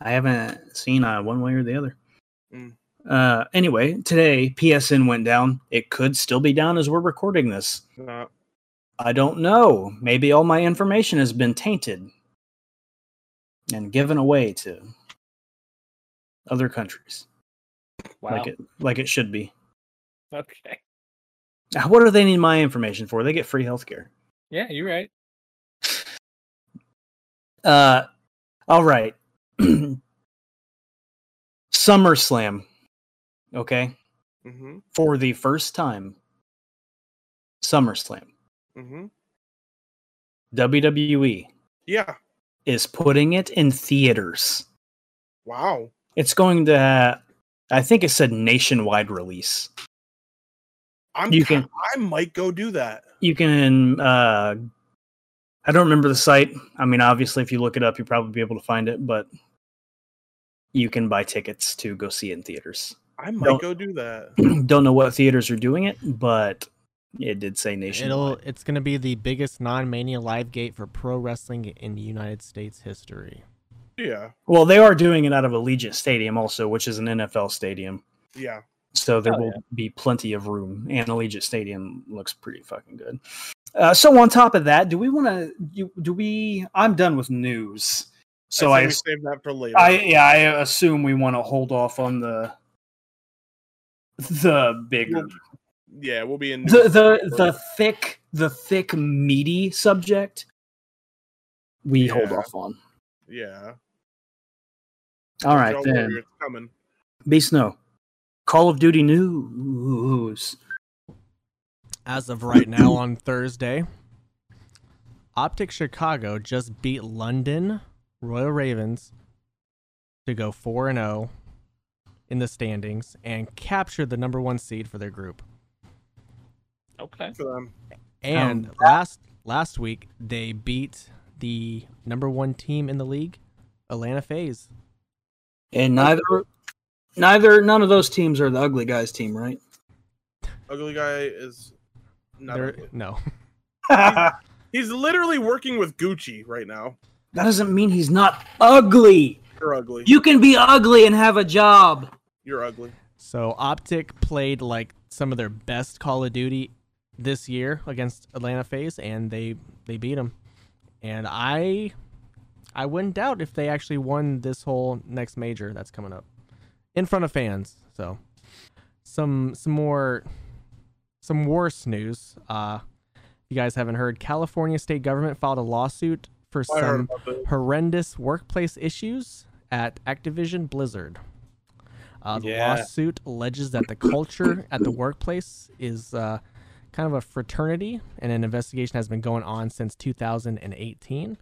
Speaker 4: I haven't seen uh, one way or the other.
Speaker 2: Mm.
Speaker 4: Uh, anyway, today PSN went down. It could still be down as we're recording this.
Speaker 2: Nah.
Speaker 4: I don't know. Maybe all my information has been tainted and given away to other countries,
Speaker 3: Wow.
Speaker 4: like it like it should be.
Speaker 3: Okay.
Speaker 4: Ah, What do they need my information for? They get free healthcare.
Speaker 3: Yeah, you're right.
Speaker 4: Uh, all right. SummerSlam. Okay,
Speaker 2: Mm-hmm.
Speaker 4: for the first time, SummerSlam
Speaker 2: Mm-hmm.
Speaker 4: WWE
Speaker 2: Yeah.
Speaker 4: E is putting it in theaters.
Speaker 2: Wow.
Speaker 4: It's going to, I think it said nationwide release.
Speaker 2: I'm
Speaker 4: You can-
Speaker 2: I might go do that.
Speaker 4: You can, uh, I don't remember the site. I mean, obviously, if you look it up, you'll probably be able to find it, but you can buy tickets to go see it in theaters.
Speaker 2: I might
Speaker 4: Don't-
Speaker 2: go do that.
Speaker 4: don't know what theaters are doing it, but it did say
Speaker 1: It'll
Speaker 4: nationwide.
Speaker 1: it's gonna be the biggest non-mania live gate for pro wrestling in the United States history.
Speaker 2: Yeah.
Speaker 4: Well, they are doing it out of Allegiant Stadium also, which is an NFL stadium.
Speaker 2: Yeah.
Speaker 4: So there
Speaker 3: Oh,
Speaker 4: will be plenty of room, and Allegiant Stadium looks pretty fucking good. Uh, so on top of that, do we want to do, do we? I'm done with news, so
Speaker 2: I,
Speaker 4: I,
Speaker 2: say we save that for later.
Speaker 4: I yeah I assume we want to hold off on the the bigger
Speaker 2: yeah, we'll be in
Speaker 4: the the the thick the thick meaty subject we hold
Speaker 2: Yeah.
Speaker 4: off on.
Speaker 2: yeah.
Speaker 4: All right
Speaker 2: Y'all
Speaker 4: then,
Speaker 2: warriors coming.
Speaker 4: be snow. Call of Duty news.
Speaker 1: As of right now on Thursday, Optic Chicago just beat London Royal Ravens to go 4 and 0 in the standings and captured the number 1 seed for their group.
Speaker 3: Okay.
Speaker 2: for them.
Speaker 1: And
Speaker 4: Um,
Speaker 1: last last week they beat the number 1 team in the league, Atlanta FaZe.
Speaker 4: And neither, neither, none of those teams are the ugly guys team, right?
Speaker 2: Ugly guy is not.
Speaker 1: They're-
Speaker 2: ugly.
Speaker 1: No.
Speaker 4: that
Speaker 2: He's literally working with Gucci right now.
Speaker 4: doesn't mean he's not ugly.
Speaker 2: You're ugly.
Speaker 4: You can be ugly and have a job.
Speaker 2: You're ugly.
Speaker 1: So Optic played like some of their best Call of Duty this year against Atlanta FaZe, and they they beat them. And I I wouldn't doubt if they actually won this whole next major that's coming up in front of fans. So some some more some worse news. Uh, you guys haven't heard. California state government filed a lawsuit for
Speaker 2: I heard
Speaker 1: some
Speaker 2: about this.
Speaker 1: horrendous workplace issues at Activision Blizzard. Uh, the
Speaker 3: Yeah.
Speaker 1: lawsuit alleges that the culture at the workplace is uh, kind of a fraternity, and an investigation has been going on since 2018.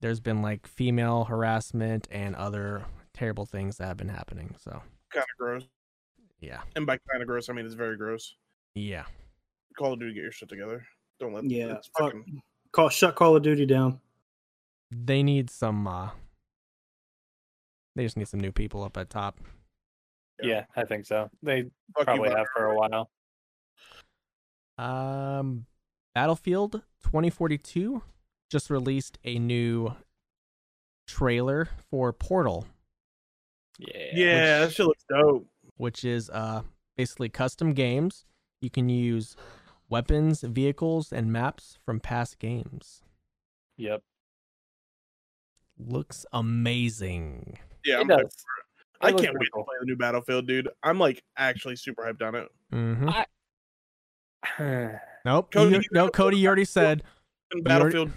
Speaker 1: There's been like female harassment and other terrible things that have been happening. So,
Speaker 2: Kind of gross.
Speaker 1: yeah.
Speaker 2: And by kind of gross, I mean it's very gross.
Speaker 1: Yeah.
Speaker 2: Call of Duty, get your shit together. Don't let
Speaker 4: Yeah,
Speaker 2: it's
Speaker 4: fuck.
Speaker 2: fucking-
Speaker 4: Call shut Call of Duty down.
Speaker 1: They need some, uh, they just need some new people up at top.
Speaker 2: Yeah.
Speaker 3: Yeah. I think so. They
Speaker 2: fuck
Speaker 3: probably
Speaker 2: Bungie.
Speaker 3: have for a while.
Speaker 1: Um, Battlefield 2042 just released a new trailer for Portal,
Speaker 3: Yeah.
Speaker 2: Yeah, that shit looks dope.
Speaker 1: which is uh basically custom games. You can use weapons, vehicles, and maps from past games.
Speaker 3: Yep.
Speaker 1: Looks amazing.
Speaker 2: Yeah,
Speaker 3: It
Speaker 2: I'm
Speaker 3: does.
Speaker 2: hyped. I
Speaker 3: It looks
Speaker 2: can't
Speaker 3: pretty
Speaker 2: wait
Speaker 3: cool.
Speaker 2: to play the new Battlefield, dude. I'm like actually super hyped on it.
Speaker 1: Mm-hmm.
Speaker 3: no,
Speaker 1: Nope.
Speaker 2: Cody,
Speaker 1: you-
Speaker 2: you
Speaker 1: no,
Speaker 2: gotta-
Speaker 1: Cody, you already said. You
Speaker 2: And
Speaker 1: already-
Speaker 2: Battlefield,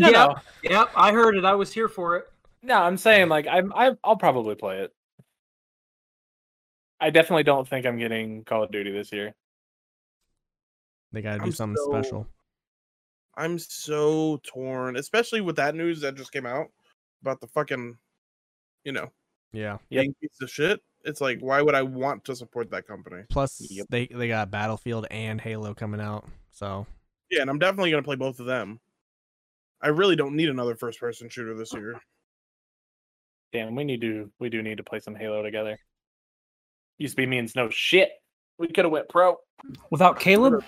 Speaker 3: no,
Speaker 4: yep. I heard it. I was here for it.
Speaker 3: no, I'm saying like I'm I, I'll probably play it. I definitely don't think I'm getting Call of Duty this year.
Speaker 1: They got to do
Speaker 2: I'm
Speaker 1: something
Speaker 2: so-
Speaker 1: special.
Speaker 2: I'm so torn, especially with that news that just came out about the fucking, you know,
Speaker 1: Yeah.
Speaker 3: Yep.
Speaker 2: being piece of shit. It's like, why would I want to support that company?
Speaker 1: Plus,
Speaker 3: Yep.
Speaker 1: they they got Battlefield and Halo coming out. So
Speaker 2: Yeah, and I'm definitely gonna play both of them. I really don't need another first-person shooter this year.
Speaker 3: Damn, we need to we do need to play some Halo together. Used to be means no shit. We could have went pro.
Speaker 4: Without Caleb,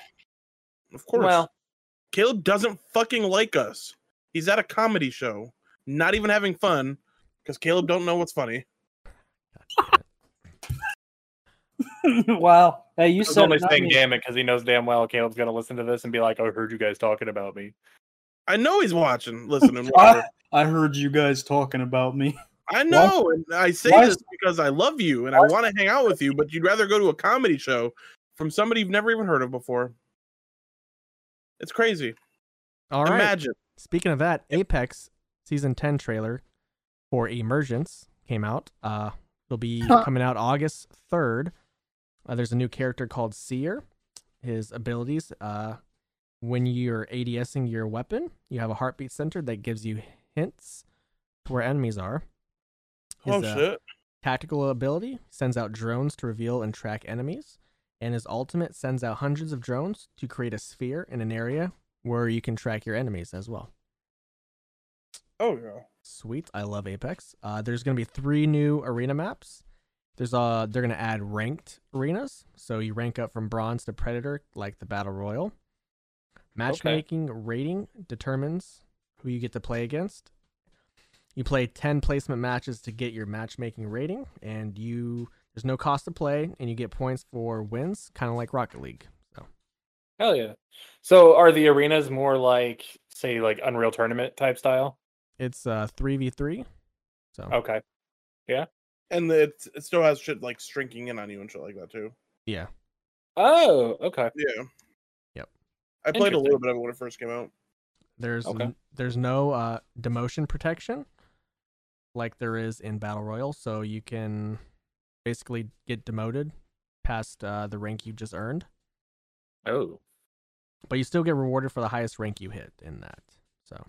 Speaker 2: Of course.
Speaker 3: Well,
Speaker 2: Caleb doesn't fucking like us. He's at a comedy show, not even having fun, because Caleb don't know what's funny.
Speaker 4: wow. Hey, you
Speaker 3: I was
Speaker 4: said
Speaker 3: only
Speaker 4: it, not
Speaker 3: saying
Speaker 4: me.
Speaker 3: damn it because he knows damn well Caleb's gonna listen to this and be like, "Oh, "I heard you guys talking about me."
Speaker 2: I know he's watching, listening.
Speaker 4: I,
Speaker 2: whatever.
Speaker 4: I heard you guys talking about me.
Speaker 2: I know, and I say
Speaker 4: why
Speaker 2: this
Speaker 4: is-
Speaker 2: because I love you and I
Speaker 4: why is-
Speaker 2: want to hang out with you, but you'd rather go to a comedy show from somebody you've never even heard of before. It's crazy.
Speaker 1: all right.
Speaker 2: Imagine.
Speaker 1: Speaking of that, Apex season ten trailer for Emergence came out. Uh, it'll be coming out August third. Uh, there's a new character called Seer. His abilities: uh, when you're ADSing your weapon, you have a heartbeat sensor that gives you hints to where enemies are.
Speaker 2: Oh
Speaker 1: His, uh,
Speaker 2: shit!
Speaker 1: Tactical ability sends out drones to reveal and track enemies, and his ultimate sends out hundreds of drones to create a sphere in an area where you can track your enemies as well.
Speaker 2: Oh yeah.
Speaker 1: Sweet, I love Apex. Uh, there's gonna be three new arena maps. There's uh, they're gonna add ranked arenas, so you rank up from bronze to predator, like the battle royal. Matchmaking rating determines who you get to play against. You play 10 placement matches to get your matchmaking rating, and you there's no cost to play, and you get points for wins, kind of like Rocket League.
Speaker 3: Hell yeah! So, are the arenas more like, say, like Unreal Tournament type style?
Speaker 1: It's uh 3v3. So
Speaker 3: Okay,
Speaker 2: And it it still has shit like shrinking in on you and shit like that too.
Speaker 1: yeah,
Speaker 3: Oh, okay.
Speaker 2: Yeah.
Speaker 1: Yep.
Speaker 2: I played a
Speaker 3: Interesting.
Speaker 2: little bit of it when it first came out.
Speaker 1: there's
Speaker 3: Okay.
Speaker 1: n- there's no uh demotion protection like there is in battle royal, so you can basically get demoted past uh, the rank you just earned.
Speaker 3: Oh,
Speaker 1: but you still get rewarded for the highest rank you hit in that. So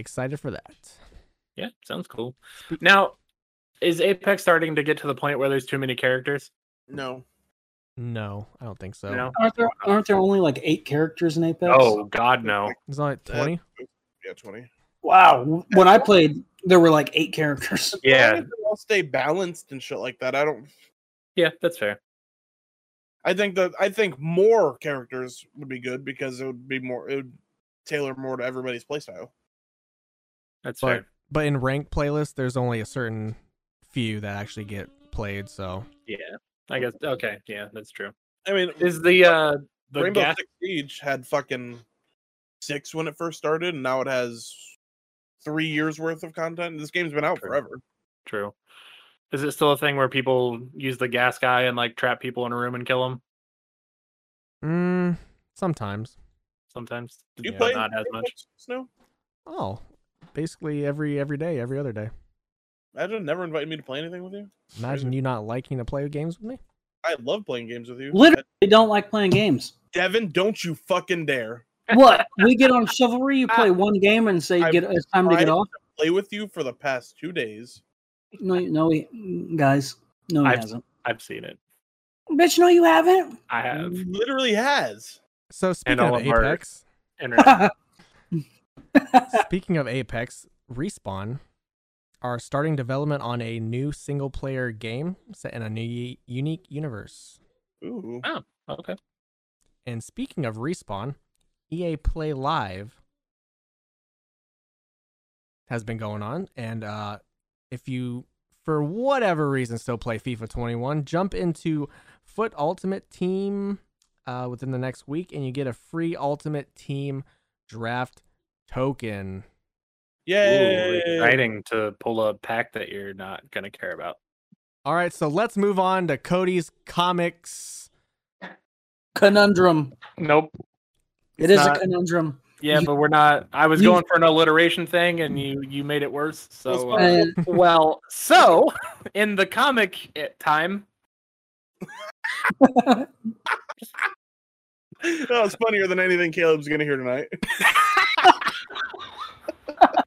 Speaker 1: excited for that.
Speaker 3: yeah, sounds cool. Now, is Apex starting to get to the point where there's too many characters?
Speaker 2: No.
Speaker 1: No, I don't think so.
Speaker 3: No.
Speaker 4: Aren't there aren't there only like eight characters in Apex?
Speaker 3: Oh God, no.
Speaker 1: It's only
Speaker 2: Uh,
Speaker 1: twenty.
Speaker 2: Yeah, twenty.
Speaker 4: wow. When I played, there were like eight characters.
Speaker 3: Yeah,
Speaker 2: I'll stay balanced and shit like that. I don't.
Speaker 3: yeah, that's fair.
Speaker 2: I think that I think more characters would be good because it would be more. It would tailor more to everybody's playstyle.
Speaker 3: That's
Speaker 1: But-
Speaker 3: fair.
Speaker 1: But in ranked playlists, there's only a certain few that actually get played. So
Speaker 3: Yeah, I guess. Okay, yeah, that's true.
Speaker 2: I mean,
Speaker 3: Is the uh the
Speaker 2: Rainbow
Speaker 3: gas?
Speaker 2: Six Siege had fucking six when it first started, and now it has three years worth of content. This game's been out
Speaker 3: True.
Speaker 2: forever.
Speaker 3: True. Is it still a thing where people use the gas guy and like trap people in a room and kill them?
Speaker 1: mm, sometimes.
Speaker 3: Sometimes
Speaker 2: Do you
Speaker 3: Yeah,
Speaker 2: play
Speaker 3: not as
Speaker 2: Rainbow
Speaker 3: much.
Speaker 2: Six Snow?
Speaker 1: Oh, basically every every day, every other day.
Speaker 2: Imagine never inviting me to play anything with you.
Speaker 1: Imagine you not liking to play games with me.
Speaker 2: I love playing games with you.
Speaker 4: Literally They don't like playing games.
Speaker 2: Devin, don't you fucking dare
Speaker 4: What? We get on chivalry, you play one game and say
Speaker 2: I-
Speaker 4: get it's time to get
Speaker 2: I-
Speaker 4: off.
Speaker 2: play with you for the past two days.
Speaker 4: No, no, he- guys, no, he
Speaker 3: I've-
Speaker 4: hasn't.
Speaker 3: I've seen it.
Speaker 4: Bitch, no, you haven't.
Speaker 3: I have.
Speaker 2: Mm. Literally has.
Speaker 1: So speaking
Speaker 3: all
Speaker 1: of
Speaker 3: of our-
Speaker 1: Apex,
Speaker 3: Internet.
Speaker 1: speaking of Apex, Respawn are starting development on a new single player game set in a new u- unique universe.
Speaker 2: Ooh.
Speaker 3: okay.
Speaker 1: And speaking of respawn, EA Play Live has been going on, and uh, if you, for whatever reason, still play FIFA 21, jump into Foot Ultimate Team uh, within the next week, and you get a free Ultimate Team draft token.
Speaker 2: Yay.
Speaker 3: Ooh, exciting to pull a pack that you're not gonna care about.
Speaker 1: All right, so let's move on to Cody's comics.
Speaker 4: Conundrum.
Speaker 3: Nope.
Speaker 4: It is
Speaker 3: not-
Speaker 4: a conundrum.
Speaker 3: Yeah,
Speaker 4: You-
Speaker 3: but we're not. I was
Speaker 4: you-
Speaker 3: going for an alliteration thing, and you you made it worse. So
Speaker 2: Well,
Speaker 3: uh,
Speaker 4: Uh,
Speaker 3: well, so in the comic eh, time,
Speaker 2: That was funnier than anything Caleb's gonna hear tonight.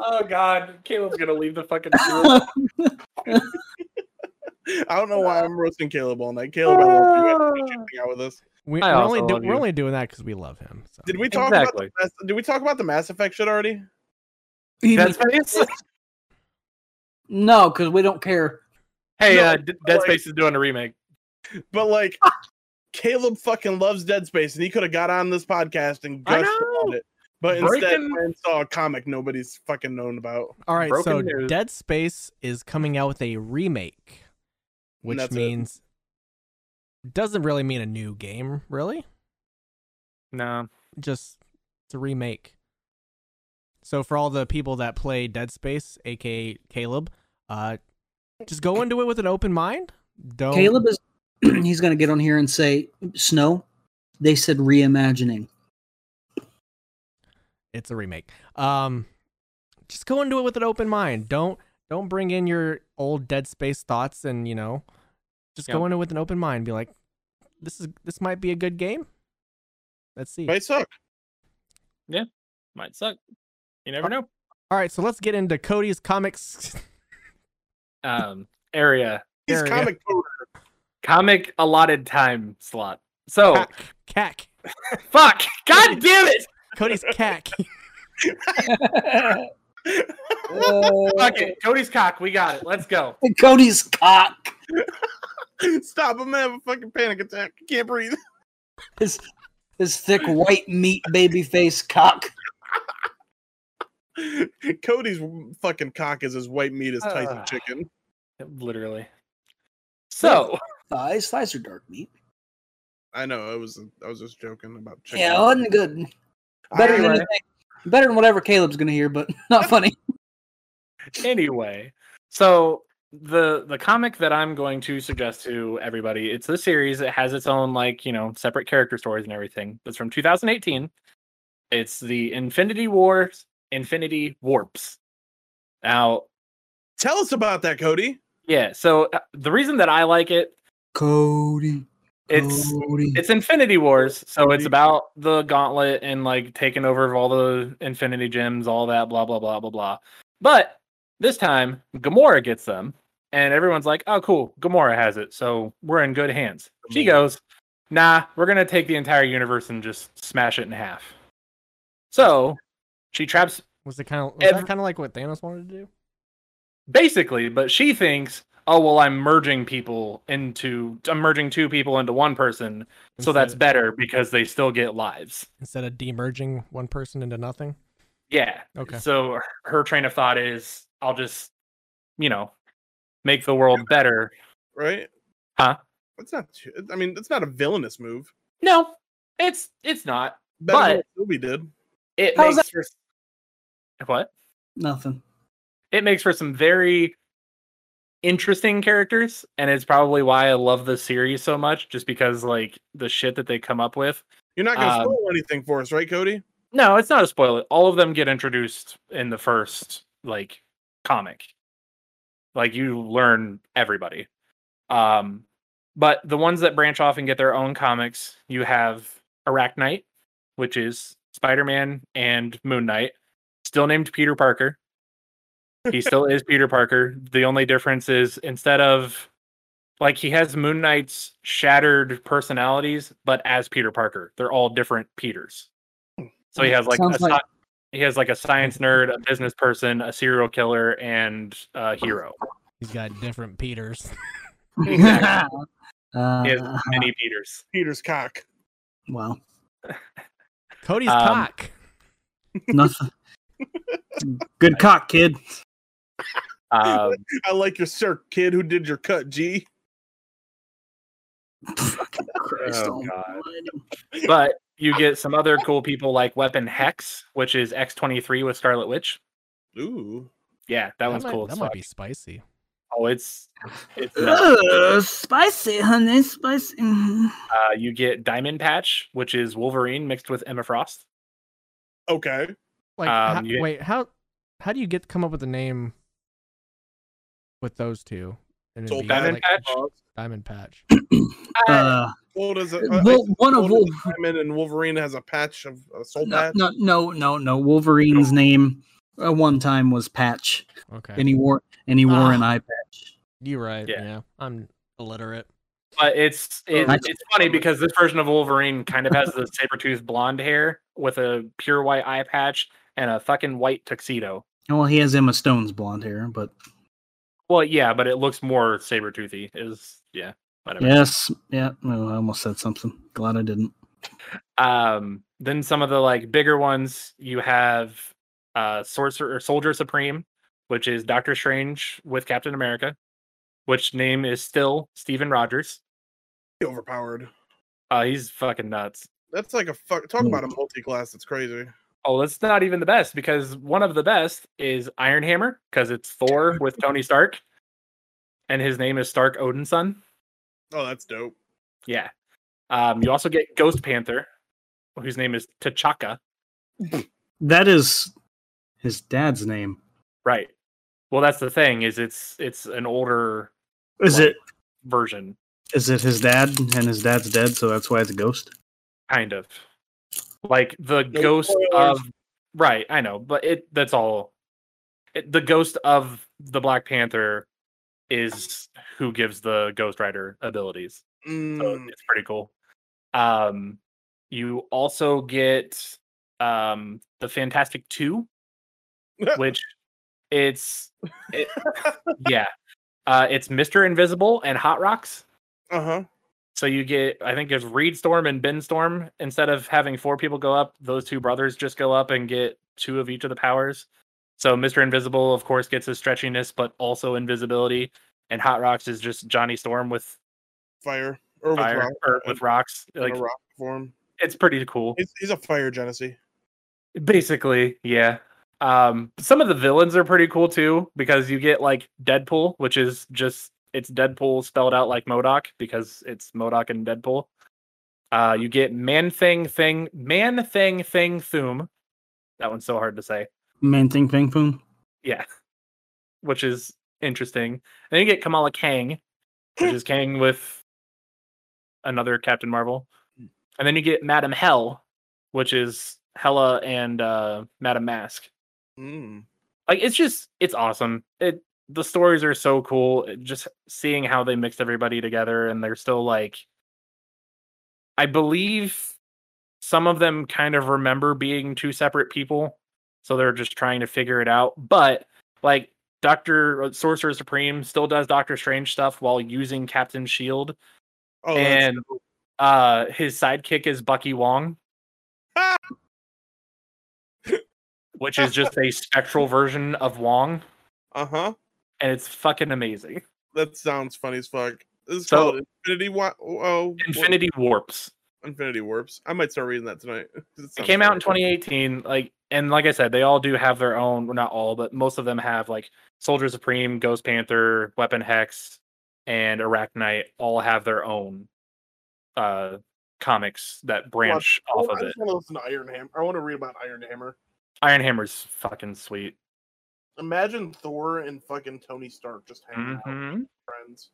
Speaker 3: oh God, Caleb's gonna leave the fucking. studio.
Speaker 4: I
Speaker 2: I don't know why I'm roasting Caleb all night. Caleb, I love you. I appreciate you hanging out with us.
Speaker 1: We,
Speaker 3: I
Speaker 1: we're,
Speaker 3: also
Speaker 1: only do,
Speaker 3: love
Speaker 1: we're
Speaker 3: you.
Speaker 1: only doing that because we love him. So.
Speaker 2: Did we talk
Speaker 3: Exactly.
Speaker 2: about the Mass- did we talk about the Mass Effect shit already?
Speaker 3: Dead Space.
Speaker 4: no, because we don't care.
Speaker 3: Hey,
Speaker 2: No,
Speaker 3: uh, D- Dead
Speaker 2: like-
Speaker 3: Space is doing a remake.
Speaker 2: But like, Caleb fucking loves Dead Space, and he could have got on this podcast and
Speaker 3: I
Speaker 2: gushed about
Speaker 3: know.
Speaker 2: it. But instead,
Speaker 3: Breaking-
Speaker 2: Rand saw a comic nobody's fucking known about.
Speaker 1: All right,
Speaker 3: Broken
Speaker 1: so
Speaker 3: news.
Speaker 1: Dead Space is coming out with a remake, which
Speaker 2: that's it.
Speaker 1: means doesn't really mean a new game, really.
Speaker 3: No,
Speaker 1: Just it's a remake. So for all the people that play Dead Space, aka Caleb, uh, just go into it with an open mind. Don't
Speaker 4: Caleb is he's gonna get on here and say, Snow, they said reimagining.
Speaker 1: it's a remake. Um, just go into it with an open mind. Don't don't bring in your old Dead Space thoughts and you know, just go
Speaker 3: Yeah.
Speaker 1: into it with an open mind. Be like, this is this might be a good game. Let's see.
Speaker 2: Might suck.
Speaker 3: might suck. You never know.
Speaker 1: All right, so let's get into Cody's comics.
Speaker 3: Um, area
Speaker 2: He's
Speaker 1: Area.
Speaker 2: comic code.
Speaker 3: comic allotted time slot. So
Speaker 1: cack, cack.
Speaker 3: fuck. God damn it.
Speaker 1: Cody's cack.
Speaker 3: Fuck it. Cody's cock. We got it. Let's go.
Speaker 4: Cody's cock.
Speaker 2: Stop! I'm gonna have a fucking panic attack. I can't breathe.
Speaker 4: His his thick white meat baby face cock.
Speaker 2: Cody's fucking cock is as white meat as Tyson
Speaker 3: Ah.
Speaker 2: chicken.
Speaker 3: Literally. So
Speaker 4: Uh, his thighs are dark meat.
Speaker 2: I know. I was I was just joking about chicken.
Speaker 4: Yeah, it wasn't good.
Speaker 2: I-
Speaker 4: Better than
Speaker 3: Anyway.
Speaker 4: anything. Better than whatever Caleb's gonna hear, but not funny.
Speaker 3: anyway, so the the comic that I'm going to suggest to everybody, it's the series. It has its own like you know separate character stories and everything. It's from 2018. It's the Infinity Wars, Infinity Warps. Now,
Speaker 2: Tell us about that, Cody.
Speaker 3: yeah. So uh, the reason that I like it,
Speaker 4: Cody.
Speaker 3: it's
Speaker 4: Cody.
Speaker 3: it's Infinity Wars, so
Speaker 2: Infinity.
Speaker 3: it's about the gauntlet and like taking over of all the Infinity gems, all that, blah blah blah blah blah. But this time, Gamora gets them, and everyone's like, "Oh, cool, Gamora has it, so we're in good hands." She
Speaker 2: Gamora.
Speaker 3: goes, "Nah, we're gonna take the entire universe and just smash it in half." So she traps
Speaker 1: Was it kind of was that
Speaker 3: Every-
Speaker 1: kind of like what Thanos wanted to do?
Speaker 3: basically, but she thinks, "Oh, well, I'm merging people into, I'm merging two people into one person, so that's
Speaker 1: Instead-
Speaker 3: better because they still get lives."
Speaker 1: instead of demerging one person into nothing.
Speaker 3: Yeah.
Speaker 1: Okay.
Speaker 3: So her train of thought is, I'll just, you know, make the world better.
Speaker 2: Right?
Speaker 3: Huh?
Speaker 2: That's not. too- I mean, it's not a villainous move.
Speaker 3: No, it's it's not.
Speaker 2: Better than
Speaker 3: But-
Speaker 2: what Sylvie did.
Speaker 3: It
Speaker 4: How's
Speaker 3: makes for what?
Speaker 4: Nothing.
Speaker 3: It makes for some very interesting characters, and it's probably why I love the series so much, just because like the shit that they come up with.
Speaker 2: You're not gonna
Speaker 3: Um,
Speaker 2: spoil anything for us, right, Cody?
Speaker 3: No, it's not a spoiler. All of them get introduced in the first like comic. Like you learn everybody. Um but the ones that branch off and get their own comics, you have Arachnite, which is Spider-Man and Moon Knight, still named Peter Parker. He still is Peter Parker. The only difference is instead of like he has Moon Knight's shattered personalities, but as Peter Parker, they're all different Peters. So he has like, a,
Speaker 4: Hmm, Sounds like-
Speaker 3: sci- he has like a science nerd, a business person, a serial killer, and a hero.
Speaker 1: He's got different Peters.
Speaker 2: Exactly.
Speaker 4: Uh,
Speaker 3: He has
Speaker 1: Uh-huh.
Speaker 3: many Peters.
Speaker 2: Peter's cock.
Speaker 4: Wow.
Speaker 1: Cody's
Speaker 3: Um,
Speaker 1: cock.
Speaker 4: Nothing. Good cock, kid.
Speaker 3: Um,
Speaker 2: I like your circ kid who did your cut, G.
Speaker 4: Fucking Christ
Speaker 3: Oh,
Speaker 4: almighty.
Speaker 3: but you get some other cool people like Weapon Hex, which is X23 with Scarlet Witch.
Speaker 2: Ooh.
Speaker 3: Yeah, that, one's
Speaker 1: might,
Speaker 3: cool.
Speaker 1: That
Speaker 3: as
Speaker 1: might
Speaker 3: fuck.
Speaker 1: be spicy.
Speaker 3: Oh, it's it's nuts.
Speaker 4: Ugh, Uh, spicy, honey, spicy. Mhm.
Speaker 3: uh, you get Diamond Patch, which is Wolverine mixed with Emma Frost.
Speaker 2: Okay.
Speaker 1: Like,
Speaker 3: Um,
Speaker 1: how-
Speaker 3: you-
Speaker 1: wait, how how do you get come up with a name with those two? Then it'd
Speaker 2: Soul
Speaker 1: be
Speaker 3: Diamond
Speaker 1: like
Speaker 3: Patch?
Speaker 1: Diamond Patch.
Speaker 4: Uh,
Speaker 2: Cold as a,
Speaker 4: Wol- one of Wolf,
Speaker 2: Diamond and Wolverine has a patch of a soul
Speaker 4: no,
Speaker 2: patch.
Speaker 4: no, no, no, no. Wolverine's name uh, one time was Patch,
Speaker 1: Okay.
Speaker 4: and he wore and he wore an
Speaker 1: Ah.
Speaker 4: eye patch.
Speaker 1: You're right.
Speaker 3: Yeah.
Speaker 1: Yeah. I'm illiterate.
Speaker 3: But it's
Speaker 1: Oh,
Speaker 3: it,
Speaker 4: Nice.
Speaker 3: it's funny because this version of Wolverine kind of has the saber tooth blonde hair with a pure white eye patch and a fucking white tuxedo.
Speaker 4: Well, he has Emma Stone's blonde hair, but
Speaker 3: Well, yeah, but it looks more saber toothy. Is yeah, whatever.
Speaker 4: yes, yeah. No, I almost said something. Glad I didn't.
Speaker 3: Um, then some of the like bigger ones you have uh Sorcerer or Soldier Supreme, which is Doctor Strange with Captain America, which name is still Steven Rogers.
Speaker 2: He overpowered.
Speaker 3: Uh he's fucking nuts.
Speaker 2: That's like a fuck. Talk
Speaker 4: Mm.
Speaker 2: about a multi class. It's crazy.
Speaker 3: Oh, that's not even the best because one of the best is Iron Hammer because it's Thor with Tony Stark, and his name is Stark Odinson.
Speaker 2: Oh, that's dope.
Speaker 3: Yeah. Um, you also get Ghost Panther, whose name is T'Chaka.
Speaker 4: That is his dad's name.
Speaker 3: Right. Well, that's the thing is it's it's an older
Speaker 4: Is
Speaker 3: Right.
Speaker 4: it
Speaker 3: version,
Speaker 4: is it his dad? And his dad's dead, so that's why it's a ghost.
Speaker 3: kind of like the
Speaker 2: No
Speaker 3: ghost
Speaker 2: spoilers.
Speaker 3: of. Right, I know, but it that's all. It, the ghost of the Black Panther is who gives the Ghost Rider abilities. so
Speaker 2: Mm,
Speaker 3: it's pretty cool. Um, you also get um the Fantastic Two, which it's it- yeah, uh, it's Mister Invisible and Hot Rocks.
Speaker 2: uh huh.
Speaker 3: So you get I think it's Reed Storm and Ben Storm. Instead of having four people go up, those two brothers just go up and get two of each of the powers. So Mister Invisible, of course, gets his stretchiness, but also invisibility. And Hot Rocks is just Johnny Storm with
Speaker 2: Fire or with
Speaker 3: fire
Speaker 2: rock,
Speaker 3: or with rocks.
Speaker 2: in
Speaker 3: Like
Speaker 2: a rock form.
Speaker 3: it's pretty cool.
Speaker 2: He's, he's a fire Genesee.
Speaker 3: Basically, yeah. Um, some of the villains are pretty cool too because you get like Deadpool, which is just it's Deadpool spelled out like Modoc because it's Modoc and Deadpool. Uh, you get Man Thing Thing Man Thing Thing Thoom. That one's so hard to say.
Speaker 4: Man, thing, ping, boom.
Speaker 3: Yeah, which is interesting. And then you get Kamala Kang, which is Kang with another Captain Marvel. And then you get Madam Hell, which is Hella and uh, Madam Mask
Speaker 2: Mm.
Speaker 3: like it's just it's awesome it the stories are so cool it- just seeing how they mixed everybody together and they're still like i believe some of them kind of remember being two separate people so they're just trying to figure it out but like dr sorcerer supreme still does doctor strange stuff while using captain shield
Speaker 2: Oh, that's-
Speaker 3: and uh his sidekick is bucky wong
Speaker 2: Ah!
Speaker 3: which is just a spectral version of wong
Speaker 2: uh huh.
Speaker 3: and it's fucking amazing.
Speaker 2: That sounds funny as fuck. This is
Speaker 3: So-
Speaker 2: called Infinity. Wa- oh,
Speaker 3: Infinity Warps.
Speaker 2: Infinity Warps. I might start reading that tonight.
Speaker 3: It came out in 2018. Like, and like I said, they all do have their own. Well, not all, but most of them have like Soldier Supreme, Ghost Panther, Weapon Hex, and Arachnite. All have their own uh comics that branch off
Speaker 2: I
Speaker 3: of it.
Speaker 2: just want to listen to Iron Hammer. I want to read about Iron Hammer.
Speaker 3: Iron Hammer's fucking sweet.
Speaker 2: Imagine Thor and fucking Tony Stark just hanging out,
Speaker 3: hmm
Speaker 2: friends.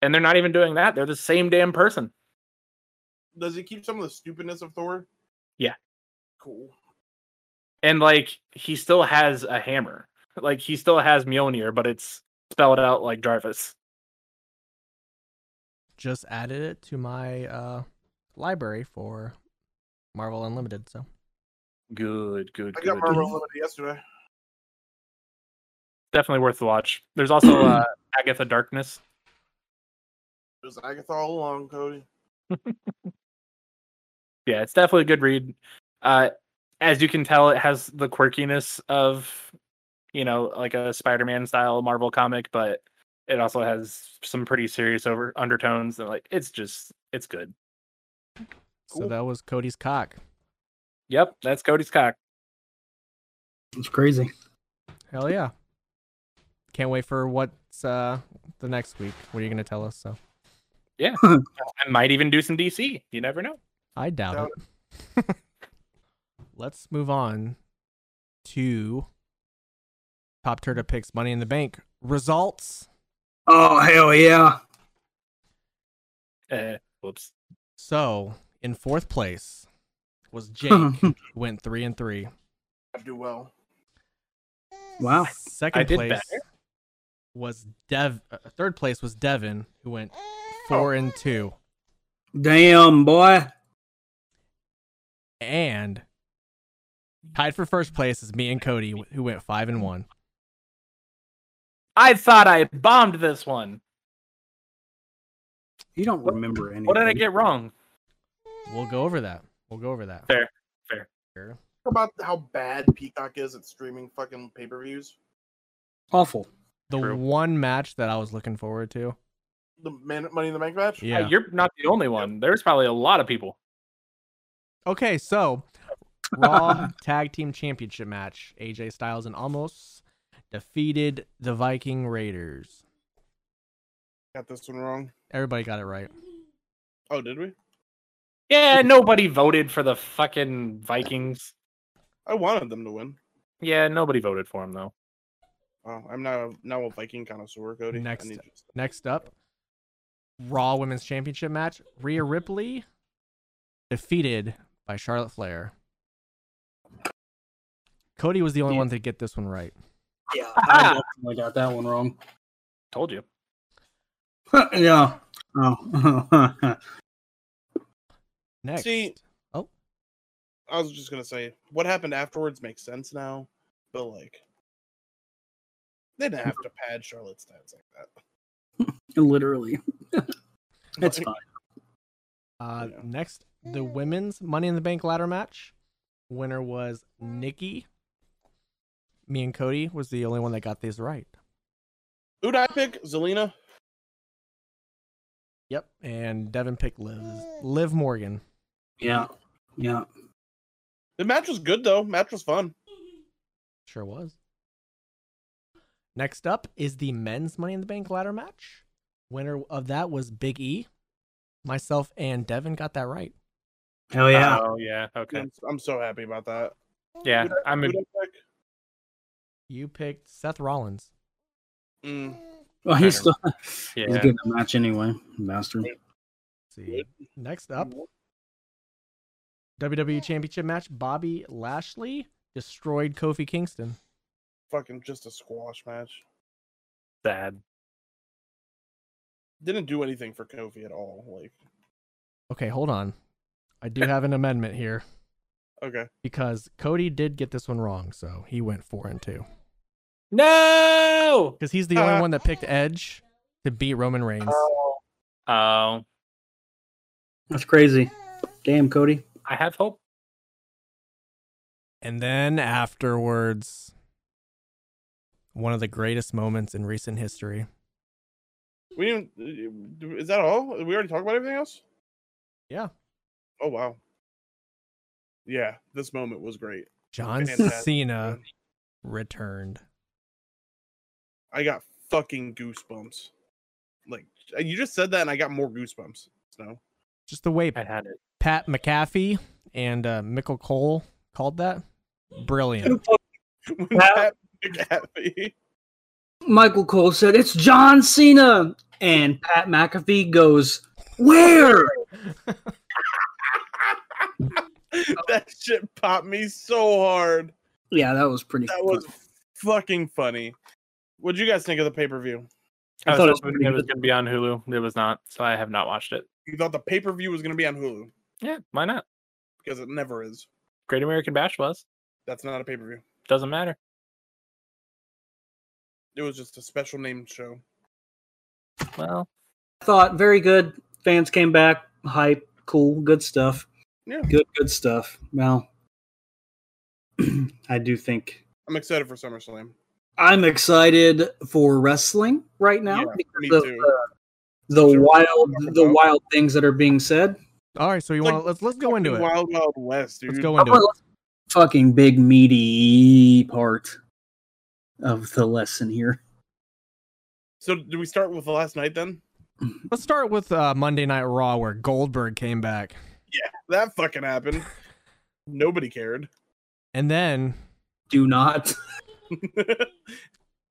Speaker 3: And they're not even doing that. They're the same damn person.
Speaker 2: Does he keep some of the stupidness of Thor?
Speaker 3: Yeah.
Speaker 2: Cool.
Speaker 3: and like he still has a hammer. Like he still has Mjolnir, but it's spelled out like Jarvis.
Speaker 1: Just added it to my uh, library for Marvel Unlimited. So
Speaker 3: Good, good,
Speaker 2: I
Speaker 3: good.
Speaker 2: got Marvel Unlimited yesterday.
Speaker 3: Definitely worth the watch. There's also uh, Agatha Darkness.
Speaker 2: It was Agatha all along, Cody.
Speaker 3: Yeah, it's definitely a good read. Uh, as you can tell, it has the quirkiness of, you know, like a Spider-Man style Marvel comic, but it also has some pretty serious over undertones. And like, it's just, it's good.
Speaker 1: so
Speaker 2: Cool.
Speaker 1: that was Cody's cock.
Speaker 3: Yep, that's Cody's cock.
Speaker 4: It's crazy.
Speaker 1: Hell yeah. Can't wait for what's uh, the next week. What are you gonna tell us? So
Speaker 3: I might even do some DC. You never know.
Speaker 1: I doubt
Speaker 2: Doubt
Speaker 1: it. Let's move on to Top Turtle picks Money in the Bank results.
Speaker 4: Oh hell yeah!
Speaker 3: Eh, whoops.
Speaker 1: So in fourth place was Jake, who went three and three.
Speaker 2: I do well.
Speaker 4: wow.
Speaker 1: Second
Speaker 3: I did
Speaker 1: place
Speaker 3: better.
Speaker 1: was Dev. Uh, third place was Devin, who went four and two.
Speaker 4: Damn boy.
Speaker 1: And tied for first place is me and Cody, who went five and one.
Speaker 3: I thought I bombed this one.
Speaker 4: You don't remember anything.
Speaker 3: What did I get wrong? Uh,
Speaker 1: We'll go over that. We'll go over that.
Speaker 3: Fair, fair.
Speaker 1: Fair.
Speaker 2: About how bad Peacock is at streaming fucking pay per views.
Speaker 4: Awful.
Speaker 1: The
Speaker 3: True.
Speaker 1: one match that I was looking forward to.
Speaker 2: The man, Money in the Bank match.
Speaker 3: Yeah.
Speaker 1: Yeah.
Speaker 3: you're not the only one. There's probably a lot of people.
Speaker 1: Okay, so Raw Tag Team Championship match. AJ Styles and Almost defeated the Viking Raiders.
Speaker 2: Got this one wrong.
Speaker 1: Everybody got it right.
Speaker 2: Oh, did we?
Speaker 3: Yeah, nobody voted for the fucking Vikings.
Speaker 2: I wanted them to win.
Speaker 3: Yeah, nobody voted for him though.
Speaker 2: Oh, I'm not a now a Viking connoisseur, Cody. I
Speaker 1: Next.
Speaker 2: need you to-
Speaker 1: Next up, Raw Women's Championship match. Rhea Ripley defeated by Charlotte Flair. Cody was the only
Speaker 4: Yeah.
Speaker 1: one to get this one right.
Speaker 4: Yeah, I definitely got that one wrong.
Speaker 3: Told you.
Speaker 4: yeah. Oh.
Speaker 1: Next.
Speaker 2: See-
Speaker 1: oh,
Speaker 2: I was just gonna say what happened afterwards makes sense now, but like they didn't have to pad Charlotte's stats like that.
Speaker 4: Literally. That's
Speaker 2: Like,
Speaker 4: fine.
Speaker 1: uh,
Speaker 2: Yeah.
Speaker 1: next, the women's Money in the Bank ladder match. Winner was Nikki. Me and Cody was the only one that got these right.
Speaker 2: Who did I pick? Zelina.
Speaker 1: Yep. And Devin picked Liv. Liv Morgan.
Speaker 4: Yeah. Yeah.
Speaker 2: The match was good though. Match was fun.
Speaker 1: Sure was. Next up is the men's Money in the Bank ladder match. Winner of that was Big E. Myself and Devin got that right.
Speaker 4: Hell yeah.
Speaker 3: Oh yeah. Okay.
Speaker 2: I'm, I'm so happy about that.
Speaker 3: Yeah. I'm
Speaker 2: Who
Speaker 3: in
Speaker 2: did I pick?
Speaker 1: You picked Seth Rollins.
Speaker 2: Mm,
Speaker 4: well, he's still
Speaker 3: better.
Speaker 4: he's
Speaker 3: yeah.
Speaker 4: getting the match anyway, bastard.
Speaker 1: see. Next up, WWE Championship match. Bobby Lashley destroyed Kofi Kingston.
Speaker 2: fucking just a squash match.
Speaker 3: sad.
Speaker 2: Didn't do anything for Kofi at all. Like
Speaker 1: Okay, hold on. I do have an amendment here
Speaker 2: okay,
Speaker 1: because Cody did get this one wrong, so he went four and two.
Speaker 3: No.
Speaker 1: Because he's the only
Speaker 2: Uh.
Speaker 1: one that picked Edge to beat Roman Reigns.
Speaker 3: Oh,
Speaker 4: That's crazy. Damn, Cody.
Speaker 3: I have hope.
Speaker 1: And then afterwards, one of the greatest moments in recent history.
Speaker 2: we didn't. uh, Is that all? We already talked about everything else.
Speaker 1: Yeah.
Speaker 2: Oh wow. Yeah, this moment was great.
Speaker 1: John
Speaker 2: Fantastic.
Speaker 1: Cena returned.
Speaker 2: I got fucking goosebumps. Like you just said that, and I got more goosebumps. No,
Speaker 1: Just the way
Speaker 3: I had it.
Speaker 1: Pat McAfee and uh, Michael Cole called that. Brilliant.
Speaker 2: When
Speaker 4: Wow.
Speaker 2: Pat McAfee-
Speaker 4: Michael Cole said, It's John Cena. And Pat McAfee goes, Where?
Speaker 2: that shit popped me so hard.
Speaker 4: Yeah, that was pretty
Speaker 2: That was fucking funny. What'd you guys think of the pay per view?
Speaker 3: I,
Speaker 4: I
Speaker 3: was
Speaker 4: thought it was
Speaker 3: hoping
Speaker 4: pretty
Speaker 3: it was
Speaker 4: good.
Speaker 3: going to be on Hulu. It was not, so I have not watched it.
Speaker 2: You thought the pay per view was gonna be on Hulu
Speaker 3: Yeah, why not?
Speaker 2: because it never is.
Speaker 3: Great American Bash was.
Speaker 2: That's not a pay per view.
Speaker 3: Doesn't matter.
Speaker 2: It was just a special named show.
Speaker 3: Well,
Speaker 4: thought very good. Fans came back, hype, cool, good stuff.
Speaker 2: Yeah.
Speaker 4: Good, good stuff. Well, I do think
Speaker 2: I'm excited for SummerSlam.
Speaker 4: I'm excited for wrestling right now
Speaker 2: Yeah, me
Speaker 4: because of
Speaker 2: too.
Speaker 4: the, the
Speaker 2: Sure.
Speaker 4: wild the
Speaker 2: About-
Speaker 4: wild things that are being said.
Speaker 1: All right, so you
Speaker 2: Like,
Speaker 1: want to let's let's go into
Speaker 2: Fucking
Speaker 1: it.
Speaker 2: Wild Wild West, dude.
Speaker 1: Let's go
Speaker 4: How
Speaker 1: into
Speaker 4: about
Speaker 1: it.
Speaker 4: the fucking big meaty part of the lesson here.
Speaker 2: So, do we start with the last night then?
Speaker 1: Let's start with uh, Monday Night Raw, where Goldberg came back,
Speaker 2: That fucking happened. Nobody cared.
Speaker 1: and then
Speaker 4: Do not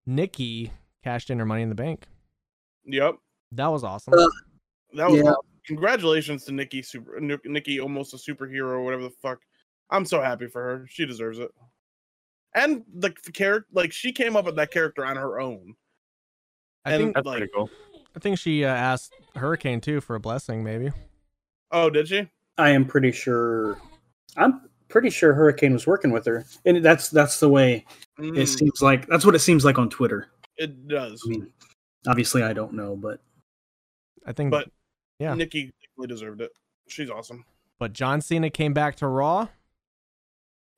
Speaker 1: Nikki cashed in her Money in the Bank.
Speaker 2: Yep.
Speaker 1: That was awesome.
Speaker 5: Uh,
Speaker 2: That was
Speaker 5: Yeah.
Speaker 2: awesome. congratulations to Nikki super Nu- Nikki almost a superhero or whatever the fuck. I'm so happy for her. She deserves it. And the character, like she came up with that character on her own.
Speaker 1: I think
Speaker 3: That's
Speaker 2: Like-
Speaker 3: pretty cool.
Speaker 1: I think she uh, asked Hurricane too for a blessing, maybe.
Speaker 2: Oh, did she?
Speaker 4: I am pretty sure. I'm pretty sure Hurricane was working with her, and that's that's the way it
Speaker 2: Mm,
Speaker 4: seems like. That's what it seems like on Twitter.
Speaker 2: it does.
Speaker 4: I mean, obviously, I don't know, but
Speaker 1: I think.
Speaker 2: But-
Speaker 1: yeah.
Speaker 2: Nikki really deserved it. She's awesome.
Speaker 1: but John Cena came back to Raw.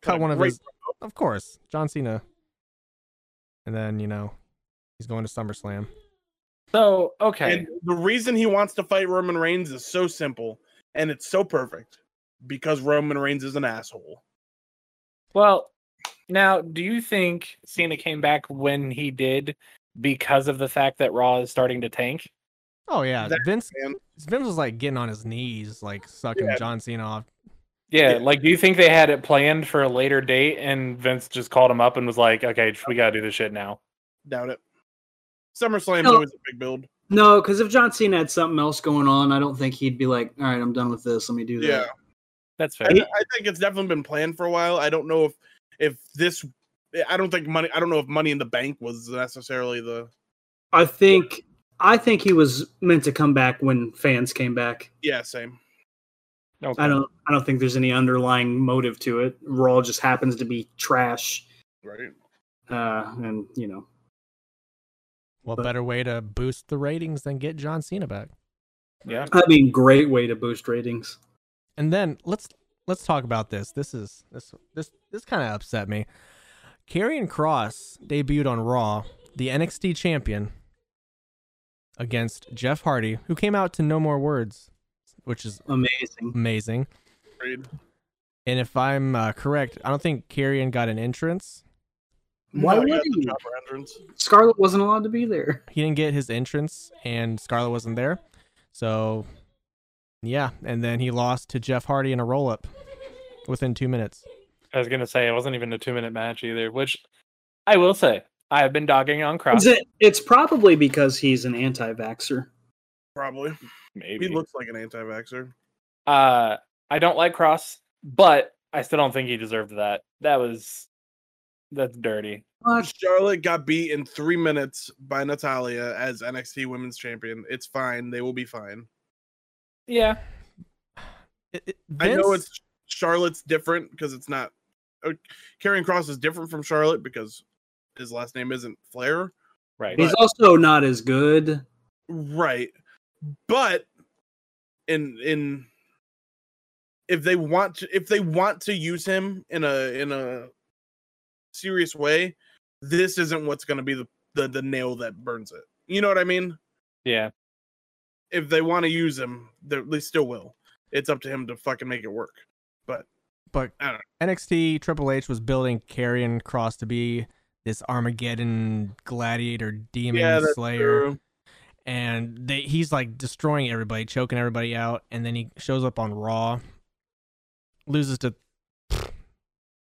Speaker 1: Cut
Speaker 2: a
Speaker 1: one of
Speaker 2: great
Speaker 1: his. Of course, John Cena. And then you know, he's going to SummerSlam.
Speaker 3: So okay,
Speaker 2: And the reason he wants to fight Roman Reigns is so simple and it's so perfect because Roman Reigns is an asshole.
Speaker 3: well, now do you think Cena came back when he did because of the fact that Raw is starting to tank?
Speaker 1: Oh yeah,
Speaker 2: That-
Speaker 1: Vince.
Speaker 2: man.
Speaker 1: Vince was like getting on his knees, like sucking
Speaker 2: Yeah.
Speaker 1: John Cena off.
Speaker 2: Yeah.
Speaker 3: Yeah, like do you think they had it planned for a later date and Vince just called him up and was like, "Okay, we gotta do this shit now."
Speaker 2: Doubt it. SummerSlam's
Speaker 5: No.
Speaker 2: always a big build.
Speaker 5: No, because if John Cena had something else going on, I don't think he'd be like, "All right, I'm done with this. Let me do
Speaker 2: Yeah.
Speaker 5: that."
Speaker 3: That's fair.
Speaker 2: I, I think it's definitely been planned for a while. I don't know if if this I don't think money I don't know if money in the bank was necessarily the
Speaker 4: I think I think he was meant to come back when fans came back.
Speaker 2: yeah, same.
Speaker 3: Okay.
Speaker 4: I don't I don't think there's any underlying motive to it. Raw just happens to be trash,
Speaker 2: Right.
Speaker 4: uh, and you know
Speaker 1: What
Speaker 4: But-
Speaker 1: better way to boost the ratings than get John Cena back?
Speaker 3: Yeah.
Speaker 4: I mean, great way to boost ratings.
Speaker 1: And then let's let's talk about this. This is this this this kind of upset me. Karrion Cross debuted on Raw, the NXT champion, against Jeff Hardy, who came out to no more words, which is
Speaker 4: Amazing.
Speaker 1: amazing.
Speaker 2: Agreed.
Speaker 1: And if I'm uh, correct, I don't think Karrion got an entrance.
Speaker 5: Why
Speaker 2: No,
Speaker 5: would
Speaker 2: you got
Speaker 5: he?
Speaker 2: the chopper entrance.
Speaker 5: Scarlett wasn't allowed to be there.
Speaker 1: He didn't get his entrance, and Scarlett wasn't there. So, yeah. And then he lost to Jeff Hardy in a roll up within two minutes.
Speaker 3: I was gonna say it wasn't even a two minute match either, which I will say I have been dogging on
Speaker 4: It's,
Speaker 3: Cross.
Speaker 4: it's probably because he's an anti-vaxxer.
Speaker 2: Probably.
Speaker 3: Maybe
Speaker 2: He looks like an anti vaxxer.
Speaker 3: uh, I don't like Cross, but I still don't think he deserved that. That was that's dirty.
Speaker 2: Charlotte got beat in three minutes by Natalia as NXT women's champion. It's fine. They will be fine.
Speaker 3: Yeah,
Speaker 1: It- it-
Speaker 2: I know
Speaker 1: Vince-
Speaker 2: it's Charlotte's different because it's not. Carrying Cross is different from Charlotte because his last name isn't Flair.
Speaker 3: right.
Speaker 4: He's also not as good.
Speaker 2: Right. But in in if they want to if they want to use him in a in a serious way, this isn't what's gonna be the, the, the nail that burns it. You know what I mean?
Speaker 3: yeah,
Speaker 2: If they want to use him, they they still will. It's up to him to fucking make it work.
Speaker 1: But
Speaker 2: I don't
Speaker 1: NXT Triple H was building Karrion Cross to be this Armageddon gladiator demon slayer,
Speaker 2: true.
Speaker 1: and they, he's like destroying everybody, choking everybody out, and then he shows up on Raw, loses to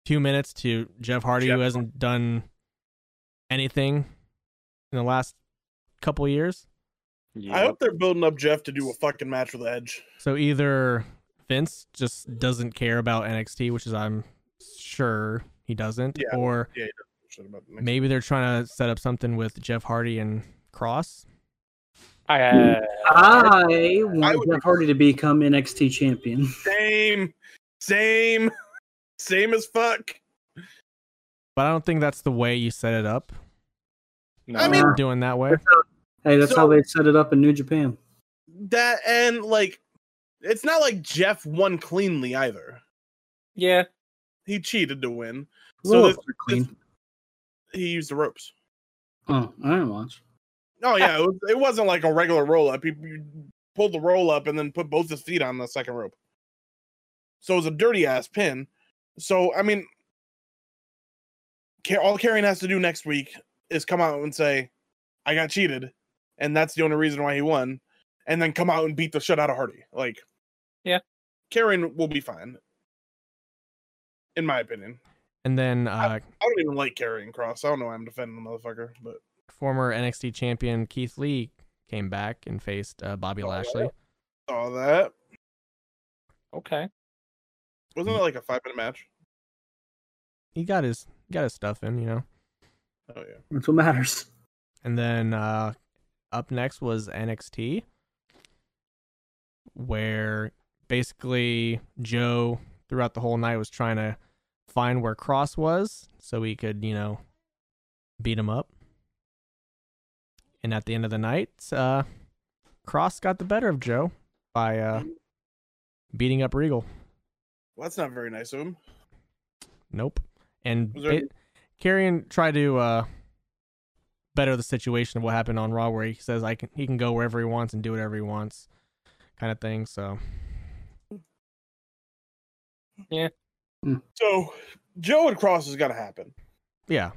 Speaker 1: two minutes to Jeff Hardy,
Speaker 2: Jeff
Speaker 1: who hasn't done anything in the last couple years.
Speaker 2: I hope they're building up Jeff to do a fucking match with Edge.
Speaker 1: So either Vince just doesn't care about NXT, which is I'm sure he doesn't,
Speaker 2: Yeah.
Speaker 1: or
Speaker 2: Shit about the next-
Speaker 1: Maybe they're trying to set up something with Jeff Hardy and Cross.
Speaker 3: I uh,
Speaker 4: I want
Speaker 2: I would-
Speaker 4: Jeff Hardy to become NXT champion.
Speaker 2: Same, same, same as fuck.
Speaker 1: But I don't think that's the way you set it up.
Speaker 3: no.
Speaker 2: I mean-
Speaker 1: doing that way.
Speaker 4: Hey, that's
Speaker 2: So-
Speaker 4: how they set it up in New Japan.
Speaker 2: That and like, it's not like Jeff won cleanly either.
Speaker 3: yeah,
Speaker 2: He cheated to win. So
Speaker 4: So
Speaker 2: this-
Speaker 4: clean.
Speaker 2: He used the ropes.
Speaker 5: Oh, I didn't watch.
Speaker 2: Oh yeah, it, was, it wasn't like a regular roll up. He, he pulled the roll up and then put both his feet on the second rope. So it was a dirty ass pin. So I mean, Ca- all Karen has to do next week is come out and say, "I got cheated," and that's the only reason why he won, and then come out and beat the shit out of Hardy. Like,
Speaker 3: Yeah.
Speaker 2: Karen will be fine, in my opinion.
Speaker 1: And then uh,
Speaker 2: I don't even like carrying Cross. I don't know why I'm defending the motherfucker, but
Speaker 1: former NXT champion Keith Lee came back and faced uh, Bobby
Speaker 2: Oh, yeah.
Speaker 1: Lashley.
Speaker 2: Saw that.
Speaker 3: Okay.
Speaker 2: Wasn't it like a five minute match?
Speaker 1: He got his got his stuff in, you know.
Speaker 2: Oh yeah.
Speaker 4: That's what matters.
Speaker 1: And then uh, up next was NXT, where basically Joe throughout the whole night was trying to find where Cross was so he could, you know, beat him up. And at the end of the night, uh, Cross got the better of Joe by uh, beating up Regal.
Speaker 2: Well, that's not very nice of him.
Speaker 1: Nope. And
Speaker 2: Was there
Speaker 1: ba-
Speaker 2: any-
Speaker 1: Carrion tried to uh, better the situation of what happened on Raw, where he says I can he can go wherever he wants and do whatever he wants, kind of thing. So
Speaker 2: So Joe and Cross is gonna happen.
Speaker 1: yeah,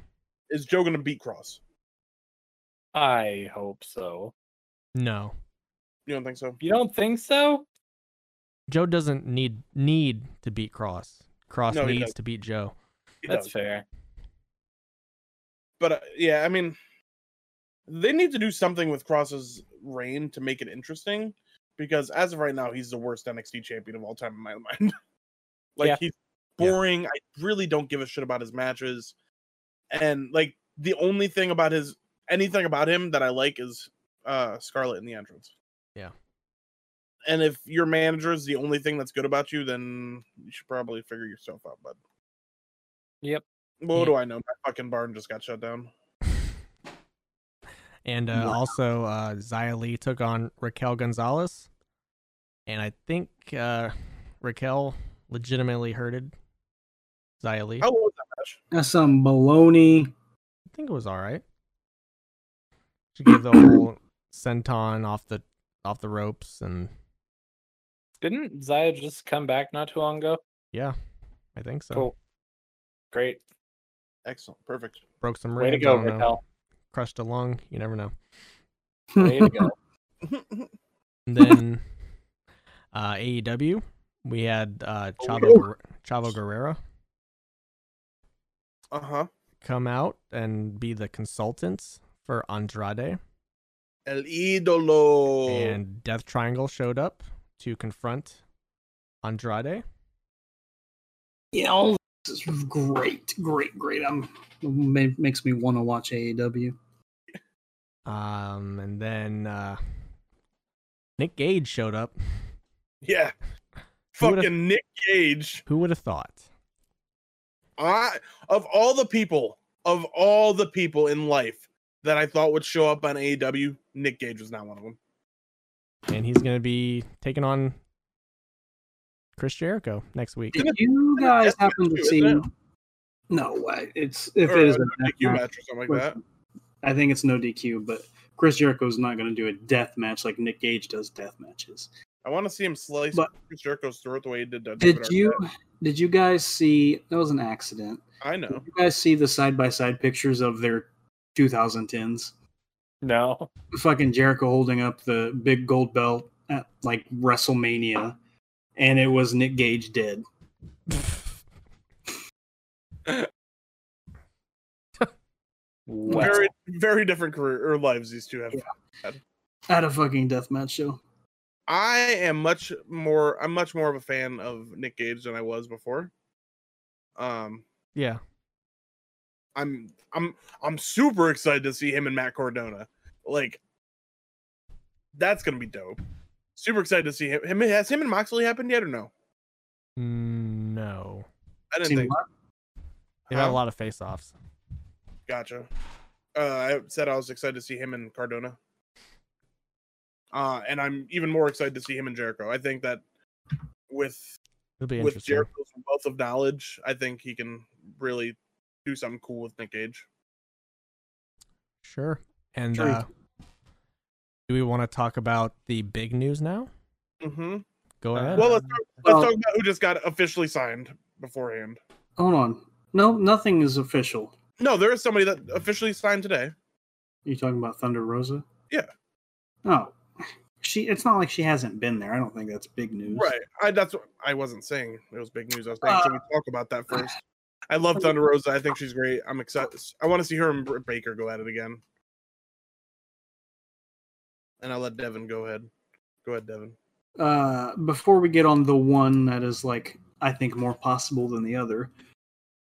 Speaker 2: Is Joe gonna beat Cross?
Speaker 3: I hope so.
Speaker 1: no,
Speaker 2: You don't think so?
Speaker 3: You don't think so?
Speaker 1: Joe doesn't need need to beat Cross. Cross
Speaker 2: No, he
Speaker 1: needs
Speaker 2: doesn't.
Speaker 1: to beat Joe.
Speaker 2: He
Speaker 3: That's
Speaker 2: does.
Speaker 3: fair.
Speaker 2: But uh, yeah, I mean, they need to do something with Cross's reign to make it interesting, because as of right now, he's the worst NXT champion of all time in my mind. like
Speaker 3: Yeah.
Speaker 2: he's
Speaker 1: Yeah.
Speaker 2: boring. I really don't give a shit about his matches, and like the only thing about his anything about him that I like is uh Scarlet in the entrance.
Speaker 1: Yeah.
Speaker 2: And if your manager is the only thing that's good about you, then you should probably figure yourself out, bud.
Speaker 3: Yep.
Speaker 2: What
Speaker 1: Yeah.
Speaker 2: do I know? My fucking barn just got shut down.
Speaker 1: And uh,
Speaker 4: Wow.
Speaker 1: also uh, Xia Li took on Raquel Gonzalez, and I think uh, Raquel legitimately hurted Xia Li.
Speaker 2: How old was that?
Speaker 4: That's some baloney.
Speaker 1: I think it was all right. She gave the whole senton off the off the ropes, and
Speaker 3: Didn't Zaya just come back not too long ago?
Speaker 1: yeah, I think so.
Speaker 3: Cool. Great.
Speaker 2: Excellent. Perfect.
Speaker 1: Broke some
Speaker 3: Way
Speaker 1: ribs.
Speaker 3: to go,
Speaker 1: I don't know.
Speaker 3: Raquel.
Speaker 1: Crushed a lung. You never know.
Speaker 3: Way to go.
Speaker 1: And then uh, AEW, we had uh,
Speaker 3: Oh,
Speaker 1: Chavo Guer- Chavo Guerrero
Speaker 2: Uh huh.
Speaker 1: come out and be the consultants for Andrade,
Speaker 2: El
Speaker 3: Oh.
Speaker 2: Idolo.
Speaker 1: and Death Triangle showed up to confront Andrade.
Speaker 4: Yeah, all this is great, great, great. I'm it ma- makes me want to watch E AEW.
Speaker 1: Um, and then uh, Nick Gage showed up.
Speaker 2: yeah.
Speaker 1: Who would've-
Speaker 2: Fucking Nick Cage.
Speaker 1: Who would have thought?
Speaker 2: I, of all the people, of all the people in life that I thought would show up on AEW, Nick Gage was not one of them.
Speaker 1: And he's going to be taking on Chris Jericho next week.
Speaker 4: Did you guys
Speaker 2: Death
Speaker 4: happen
Speaker 2: match
Speaker 4: to
Speaker 2: too,
Speaker 4: see?
Speaker 2: isn't
Speaker 4: No way. It's if
Speaker 2: Or
Speaker 4: it is
Speaker 2: a
Speaker 4: a
Speaker 2: DQ
Speaker 4: death match,
Speaker 2: match or something like that.
Speaker 4: I think it's no DQ. But Chris Jericho's not going to do a death match like Nick Gage does death matches.
Speaker 2: I want to see him slice
Speaker 4: But-
Speaker 2: Chris Jericho's throat the way he did that.
Speaker 4: Did you? Did you guys see? That was an accident.
Speaker 2: I
Speaker 4: Did
Speaker 2: know.
Speaker 4: you guys see the side by side pictures of their 2010s?
Speaker 3: No.
Speaker 4: fucking Jericho holding up the big gold belt at like WrestleMania, and it was Nick Gage dead.
Speaker 3: Wow.
Speaker 2: Very, very different career or lives these two have.
Speaker 4: Yeah. At a fucking deathmatch show.
Speaker 2: I am much more. I'm much more of a fan of Nick Gage than I was before. Um,
Speaker 1: Yeah.
Speaker 2: I'm I'm I'm super excited to see him and Matt Cordona. Like that's gonna be dope. Super excited to see him. him has him and Moxley happened yet or no?
Speaker 1: Mm, No.
Speaker 2: I didn't
Speaker 4: Seen
Speaker 2: think.
Speaker 4: what?
Speaker 1: They had a
Speaker 2: Huh?
Speaker 1: lot of face offs.
Speaker 2: Gotcha. Uh, I said I was excited to see him and Cardona. Uh, and I'm even more excited to see him and Jericho. I think that with
Speaker 1: It'll be
Speaker 2: with
Speaker 1: interesting.
Speaker 2: Jericho's wealth of knowledge, I think he can really do something cool with Nick Cage.
Speaker 1: Sure. And
Speaker 4: Sure.
Speaker 1: uh, do we want to talk about the big news now?
Speaker 2: Mm-hmm.
Speaker 1: Go
Speaker 3: Uh,
Speaker 1: ahead.
Speaker 2: Well, let's talk, let's
Speaker 4: Um, Well-
Speaker 2: talk about who just got officially signed beforehand.
Speaker 4: Hold on. No, nothing is official.
Speaker 2: No, there is somebody that officially signed today.
Speaker 4: Are you talking about Thunder Rosa?
Speaker 2: Yeah.
Speaker 4: Oh, she. It's not like she hasn't been there. I don't think that's big news.
Speaker 2: Right. I that's what I wasn't saying it was big news. I was saying should we talk about that first? I love Thunder Rosa. I think she's great. I'm excited. I want to see her and Britt Baker go at it again. and I'll let Devin go ahead. Go ahead, Devin.
Speaker 4: uh, before we get on the one that is like I think more possible than the other.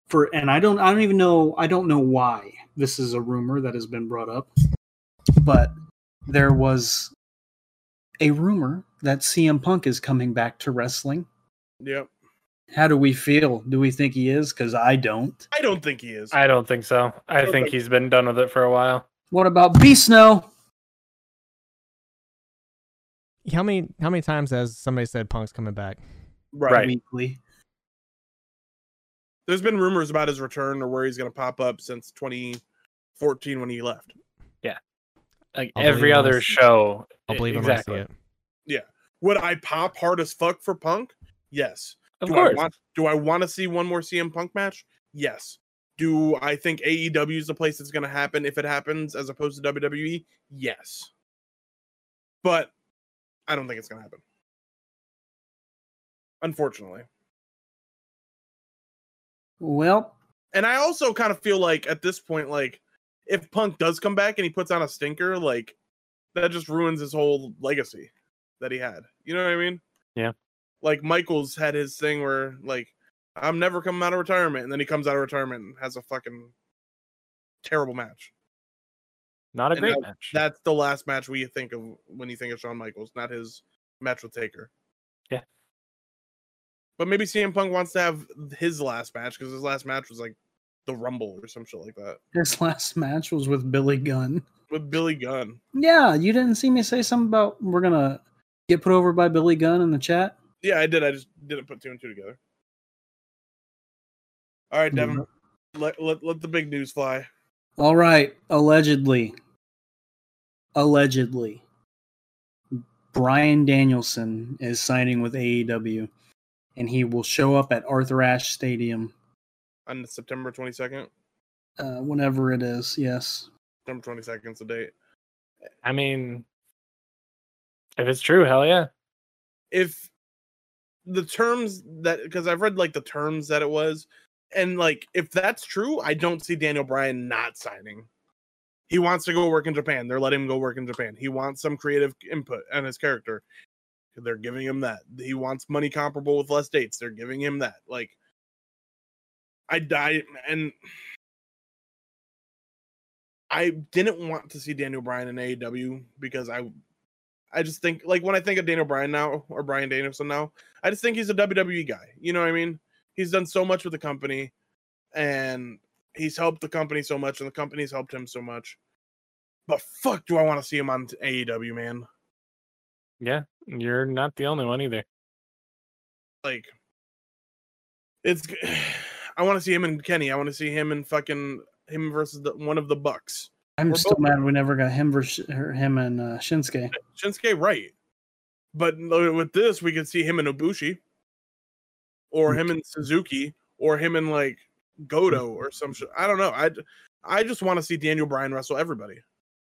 Speaker 4: For and I don't I don't even know I don't know why this is a rumor that has been brought up, but there was a rumor that CM Punk is coming back to wrestling.
Speaker 2: Yep.
Speaker 4: How do we feel? Do we think he is? Because I don't.
Speaker 2: I don't think he is.
Speaker 3: I don't think so. I
Speaker 2: Okay.
Speaker 3: think he's been done with it for a while.
Speaker 4: What about B Snow?
Speaker 1: How many how many times has somebody said Punk's coming back?
Speaker 2: right.
Speaker 3: Right.
Speaker 4: Weekly.
Speaker 2: There's been rumors about his return or where he's going to pop up since 2014 when he left.
Speaker 3: Like
Speaker 1: I'll believe
Speaker 3: every
Speaker 1: it when I
Speaker 3: other
Speaker 1: see-
Speaker 3: show.
Speaker 1: I'll
Speaker 3: e-
Speaker 1: believe
Speaker 3: exactly.
Speaker 1: him when I see it.
Speaker 2: Would I pop hard as fuck for Punk? Yes.
Speaker 3: Of
Speaker 2: do I
Speaker 3: course.
Speaker 2: want, do I want to see one more CM Punk match? Yes. Do I think AEW is the place it's going to happen if it happens as opposed to WWE? Yes. But I don't think it's going to happen. Unfortunately.
Speaker 4: Well,
Speaker 2: And I also kind of feel like at this point, like if Punk does come back and he puts on a stinker, like that just ruins his whole legacy that he had. You know what I mean?
Speaker 3: Yeah.
Speaker 2: Like Michaels had his thing where like I'm never coming out of retirement, and then he comes out of retirement and has a fucking terrible match.
Speaker 3: Not a
Speaker 2: And
Speaker 3: great match.
Speaker 2: That's the last match we think of when you think of Shawn Michaels, not his match with Taker.
Speaker 3: Yeah.
Speaker 2: But maybe CM Punk wants to have his last match because his last match was like the Rumble or some shit like that
Speaker 4: this last match was with Billy Gunn.
Speaker 2: with Billy Gunn.
Speaker 4: Yeah, you didn't see me say something about we're gonna get put over by Billy Gunn in the chat.
Speaker 2: Yeah, I did. I just didn't put two and two together. All right, Devin, let, let let the big news fly.
Speaker 4: All right, allegedly, allegedly, Brian Danielson is signing with AEW, and he will show up at Arthur Ashe Stadium
Speaker 2: On September 22nd,
Speaker 4: uh, whenever it is. Yes,
Speaker 2: September 22nd is the date.
Speaker 3: I mean, if it's true, hell yeah.
Speaker 2: if the terms that because I've read like the terms that it was, and like if that's true, I don't see Daniel Bryan not signing. He wants to go work in Japan. They're letting him go work in Japan. He wants some creative input on his character. They're giving him that. He wants money comparable with less dates. They're giving him that. Like, I die and I didn't want to see Daniel Bryan in AEW because I I just think like when I think of Daniel Bryan now or Brian Danielson now, I just think he's a WWE guy. You know what I mean? He's done so much with the company and he's helped the company so much and the company's helped him so much. But fuck do I want to see him on AEW, man.
Speaker 3: Yeah. You're not the only one either.
Speaker 2: Like it's g- I want to see him and Kenny. I want to see him and fucking him versus the, one of the Bucks.
Speaker 4: I'm
Speaker 2: We're
Speaker 4: still
Speaker 2: both-
Speaker 4: mad we never got him versus or him and uh, Shinsuke.
Speaker 2: Shinsuke right. But lo- with this, we could see him and Ibushi, or him and Suzuki, or him and like Goto or some shit. I don't know. I I just want to see Daniel Bryan wrestle everybody.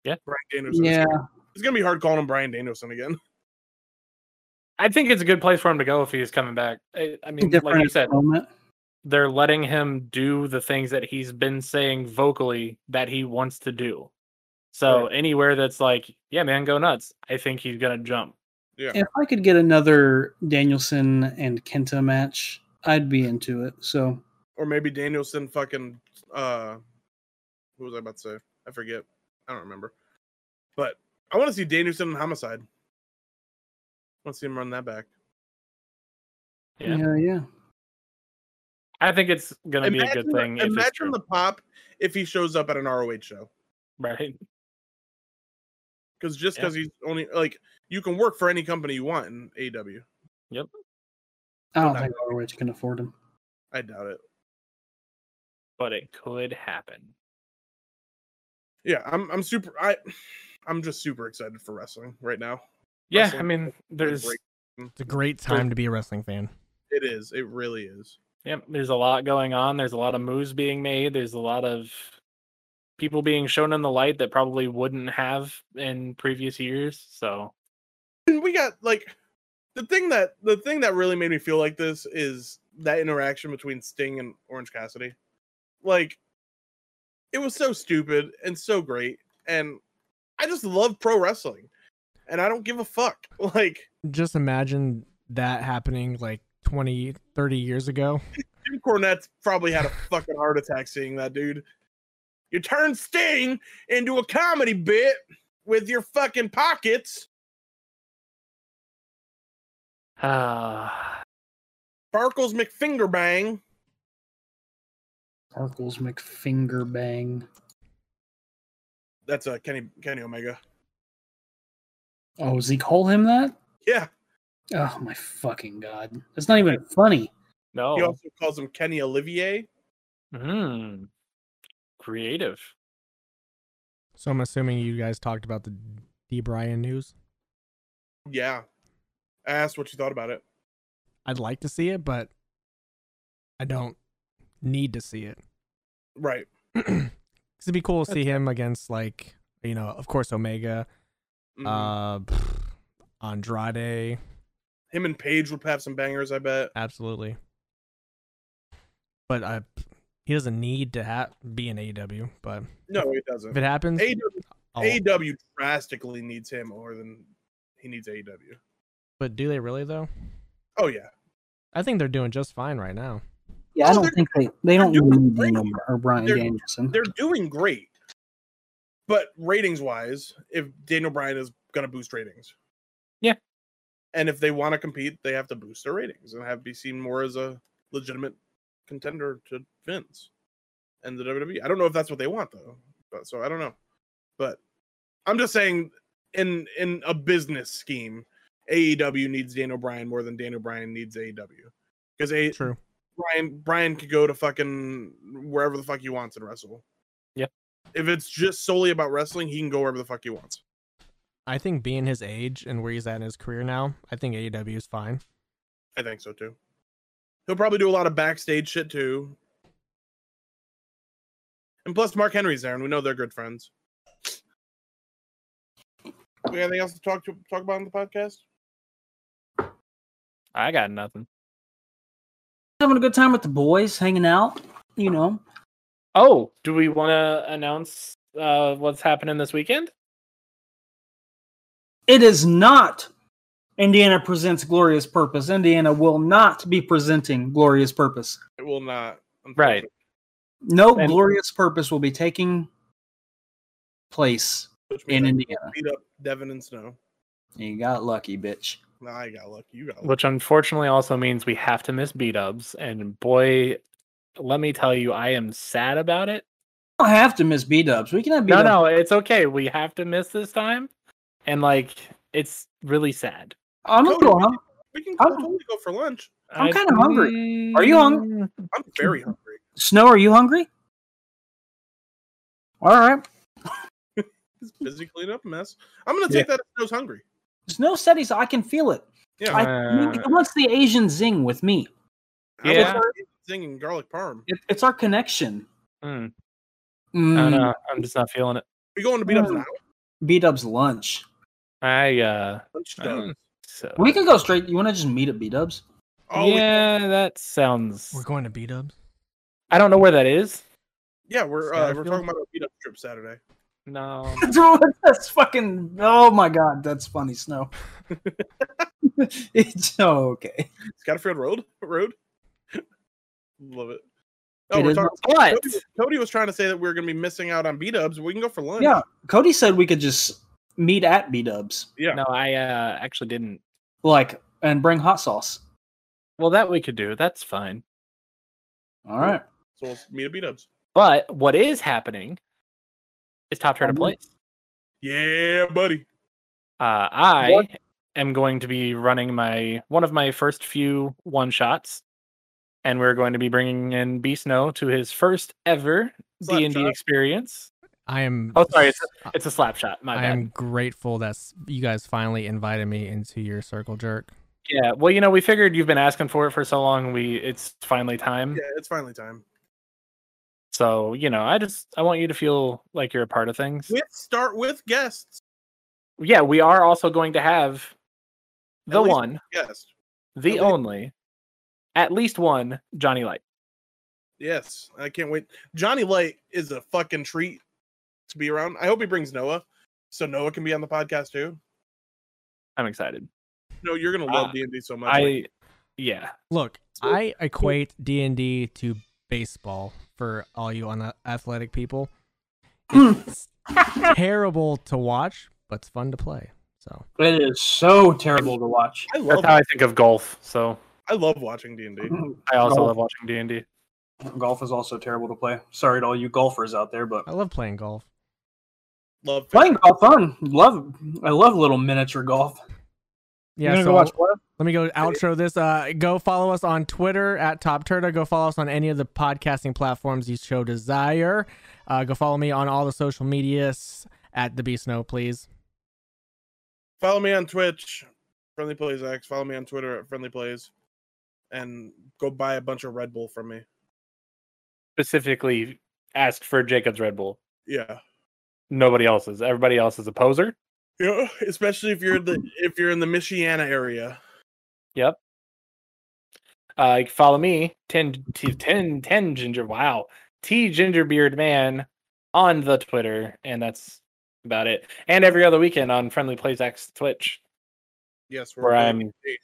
Speaker 3: Yeah.
Speaker 2: Brian Danielson.
Speaker 4: Yeah,
Speaker 2: It's gonna be hard calling him Brian Danielson again.
Speaker 3: I think it's a good place for him to go if he's coming back. I, I mean, like
Speaker 4: different
Speaker 3: you said,
Speaker 4: moment.
Speaker 3: they're letting him do the things that he's been saying vocally that he wants to do. So anywhere that's like, yeah, man, go nuts. I think he's gonna jump.
Speaker 4: If I could get another Danielson and Kenta match, I'd be into it. So
Speaker 2: Or maybe Danielson fucking uh what was I about to say? I forget. I don't remember. But I want to see Danielson and Homicide. I want to see him run that back.
Speaker 3: Yeah.
Speaker 4: yeah, yeah.
Speaker 3: I think it's gonna be a good
Speaker 2: the-
Speaker 3: thing. if it's true,
Speaker 2: imagine the pop if he shows up at an ROH show.
Speaker 3: right?
Speaker 2: Because just
Speaker 3: Yeah.
Speaker 2: because he's only like you can work for any company you want in E AW.
Speaker 4: I don't
Speaker 2: Not
Speaker 4: think ROH can afford him.
Speaker 2: I doubt it.
Speaker 3: But it could happen.
Speaker 2: Yeah, I'm I'm super I I'm just super excited for wrestling right now.
Speaker 3: Yeah,
Speaker 2: Russell,
Speaker 3: I mean, there's
Speaker 2: break.
Speaker 1: It's a great
Speaker 3: Sure.
Speaker 1: time to be a wrestling fan.
Speaker 2: It is. It really is.
Speaker 3: Yep, there's a lot going on. There's a lot of moves being made. There's a lot of people being shown in the light that probably wouldn't have in previous years. So
Speaker 2: And we got like the thing that the thing that really made me feel like this is that interaction between Sting and Orange Cassidy. Like it was so stupid and so great and I just love pro wrestling. and I don't give a fuck. Like
Speaker 1: Just imagine that happening like 20, 30 years ago.
Speaker 2: Jim Cornette's probably had a fucking heart attack seeing that dude. You turn Sting into a comedy bit with your fucking pockets.
Speaker 3: Ah,
Speaker 2: Barkles McFingerbang.
Speaker 5: Sparkles McFinger Bang.
Speaker 2: That's a uh, Kenny Kenny Omega.
Speaker 5: Oh, does he call him that?
Speaker 2: Yeah,
Speaker 5: Oh my fucking god! That's not even funny.
Speaker 2: he
Speaker 3: no.
Speaker 2: also calls him Kenny Olivier.
Speaker 3: Hmm. Creative.
Speaker 1: So I'm assuming you guys talked about the D. Bryan news.
Speaker 2: Yeah, I asked what you thought about it.
Speaker 1: I'd like to see it, but I don't need to see it.
Speaker 2: Right.
Speaker 1: 'Cause it'd be cool to see him against like you know, of course Omega,
Speaker 2: Mhm.
Speaker 1: uh, pff, Andrade.
Speaker 2: Him and Paige would have some bangers, I bet.
Speaker 1: Absolutely. But I, he doesn't need to ha- be in AEW. But
Speaker 2: No, it
Speaker 1: if
Speaker 2: doesn't.
Speaker 1: it happens,
Speaker 2: AW,
Speaker 1: I'll-
Speaker 2: AW drastically needs him more than he needs AEW.
Speaker 1: but do they really though?
Speaker 2: Oh yeah,
Speaker 1: I think they're doing just fine right now.
Speaker 2: Oh,
Speaker 5: Yeah, I
Speaker 2: they're-
Speaker 5: don't think they they don't
Speaker 2: they're
Speaker 5: really
Speaker 2: doing
Speaker 5: need
Speaker 2: great.
Speaker 5: Daniel or Brian
Speaker 2: They're-
Speaker 4: Mm-hmm.
Speaker 5: Danielson.
Speaker 2: they're doing great. But ratings wise, if Daniel Bryan is going to boost ratings,
Speaker 3: Yeah.
Speaker 2: and if they want to compete, they have to boost their ratings and have be seen more as a legitimate contender to Vince and the WWE. I don't know if that's what they want though, but so I don't know. But I'm just saying, in in a business scheme, AEW needs Daniel Bryan more than Daniel Bryan needs AEW because a
Speaker 1: True.
Speaker 2: Brian Brian could go to fucking wherever the fuck he wants and wrestle.
Speaker 3: Yep.
Speaker 2: If it's just solely about wrestling, he can go wherever the fuck he wants.
Speaker 1: I think being his age and where he's at in his career now, I think AEW is fine.
Speaker 2: I think so too. He'll probably do a lot of backstage shit too. And plus, Mark Henry's there, and we know they're good friends. We got anything else to talk to talk about on the podcast?
Speaker 3: I got nothing.
Speaker 4: Having a good time with the boys, hanging out. You know,
Speaker 3: Oh, do we want to announce uh, what's happening this weekend?
Speaker 4: it is not Indiana presents Glorious Purpose. Indiana will not be presenting Glorious Purpose.
Speaker 2: It will not.
Speaker 3: Right.
Speaker 2: unfortunately,
Speaker 4: No
Speaker 3: And-
Speaker 4: Glorious Purpose will be taking place
Speaker 2: Which means
Speaker 4: in
Speaker 2: I
Speaker 4: Indiana.
Speaker 2: beat up Devin and Snow.
Speaker 4: You got lucky, bitch.
Speaker 2: Nah, I got lucky. You got lucky.
Speaker 3: Which unfortunately also means we have to miss beat ups. And boy, let me tell you, I am sad about it.
Speaker 4: We don't have to miss B dubs. We can have B
Speaker 3: No,
Speaker 4: dubs.
Speaker 3: no, it's okay. We have to miss this time. And like, it's really sad.
Speaker 4: Oh, I'm gonna
Speaker 2: Cody,
Speaker 4: go home.
Speaker 2: We can
Speaker 4: I'm-
Speaker 2: totally go for lunch.
Speaker 4: I'm
Speaker 3: I-
Speaker 4: kinda hungry.
Speaker 3: Mm,
Speaker 4: Are you hungry?
Speaker 2: I'm very hungry.
Speaker 4: Snow, are you hungry? All right.
Speaker 2: He's busy cleaning up a mess. I'm gonna take that if Snow's hungry.
Speaker 4: Snow said he's. I can feel it.
Speaker 2: Yeah,
Speaker 4: I,
Speaker 3: Uh,
Speaker 4: he wants the Asian zing with me.
Speaker 2: I was
Speaker 3: yeah.
Speaker 2: already singing garlic parm.
Speaker 4: It, it's our connection.
Speaker 3: mm, I don't
Speaker 4: Mm,
Speaker 3: know. I'm just not feeling it.
Speaker 2: We going to beat up
Speaker 4: Mm.
Speaker 2: now?
Speaker 4: B Dub's lunch.
Speaker 3: I, uh,
Speaker 2: Lunch
Speaker 3: I
Speaker 2: done.
Speaker 3: don't- so.
Speaker 4: We can go straight. You want to just meet at B Dubs?
Speaker 2: Oh yeah,
Speaker 3: yeah, that sounds.
Speaker 1: We're going to beat ups.
Speaker 3: I don't know where that is.
Speaker 2: yeah. We're uh, we're
Speaker 1: Satterfield?
Speaker 2: talking about a beat up trip Saturday.
Speaker 3: No.
Speaker 4: that's fucking. Oh my god, that's funny, Snow. it's okay.
Speaker 2: Scotterfield Road Road. Love it. Oh,
Speaker 4: It
Speaker 2: we're
Speaker 4: is-
Speaker 2: talking.
Speaker 3: What?
Speaker 2: Cody, Cody was trying to say that we are gonna be missing out on beat ups. We can go for lunch.
Speaker 4: Yeah, Cody said we could just meet at B Dubs,
Speaker 2: yeah.
Speaker 3: No, I uh, actually didn't.
Speaker 4: like, and bring hot sauce.
Speaker 3: Well, that we could do. That's fine.
Speaker 4: All right.
Speaker 2: So we'll meet at beat ups.
Speaker 3: But what is happening is top tier to
Speaker 4: Um,
Speaker 3: place.
Speaker 2: Yeah, buddy.
Speaker 3: Uh, I
Speaker 4: What?
Speaker 3: am going to be running my one of my first few one shots, and we're going to be bringing in B Snow to his first ever
Speaker 2: Slap
Speaker 3: D and D
Speaker 2: shot.
Speaker 3: experience.
Speaker 1: I am.
Speaker 3: Oh, sorry,
Speaker 1: I-
Speaker 3: It's a slap shot. My
Speaker 1: I
Speaker 3: bad.
Speaker 1: am grateful that s- you guys finally invited me into your circle jerk.
Speaker 3: Yeah. Well, you know, we figured you've been asking for it for so long. We it's finally time.
Speaker 4: Mm.
Speaker 2: Yeah, it's finally time.
Speaker 3: So you know, I just I want you to feel like you're a part of things.
Speaker 2: Let's start with guests.
Speaker 3: yeah, we are also going to have the
Speaker 2: At least-
Speaker 3: one,
Speaker 2: Guest.
Speaker 3: the
Speaker 2: least-
Speaker 3: only, at least one Johnny Light.
Speaker 2: Yes, I can't wait. Johnny Light is a fucking treat to be around. I hope he brings Noah, so Noah can be on the podcast too.
Speaker 3: I'm excited.
Speaker 2: No, you're gonna
Speaker 3: Ah,
Speaker 2: love D and D so much.
Speaker 3: I yeah.
Speaker 1: Look, I equate D and D to baseball for all you unathletic people. It's terrible to watch, but it's fun to play. So
Speaker 6: It is so terrible to watch.
Speaker 2: I
Speaker 3: That's
Speaker 2: love
Speaker 3: how I Mm-hmm. think of golf. So
Speaker 2: I love watching D and D.
Speaker 3: I also
Speaker 6: Golf.
Speaker 3: love watching D and D.
Speaker 6: Golf is also terrible to play. Sorry to all you golfers out there, but
Speaker 1: I love playing golf.
Speaker 2: Love
Speaker 6: playing golf fun. Love I love little miniature golf. You
Speaker 1: Yeah,
Speaker 6: gonna
Speaker 1: so
Speaker 6: go watch what?
Speaker 1: let me go outro this. Uh, go follow us on Twitter at Top Turtle. Go follow us on any of the podcasting platforms you show desire. Uh, go follow me on all the social medias at the Beast Snow, please.
Speaker 2: Follow me on Twitch, Friendly Plays X. Follow me on Twitter at Friendly Plays, and go buy a bunch of Red Bull from me.
Speaker 3: Specifically asked for Jacob's Red Bull.
Speaker 2: Yeah,
Speaker 3: Nobody else's. Everybody else is a poser.
Speaker 2: yeah. Especially if you're the if you're in the Michiana area.
Speaker 3: Yep. Uh, you can follow me, 10, t- 10, 10 Ginger. Wow. T Gingerbeard Man on the Twitter. And that's about it. And every other weekend on Friendly Plays X Twitch,
Speaker 2: Yes,
Speaker 3: Where
Speaker 2: playing
Speaker 3: I'm-
Speaker 2: D&D,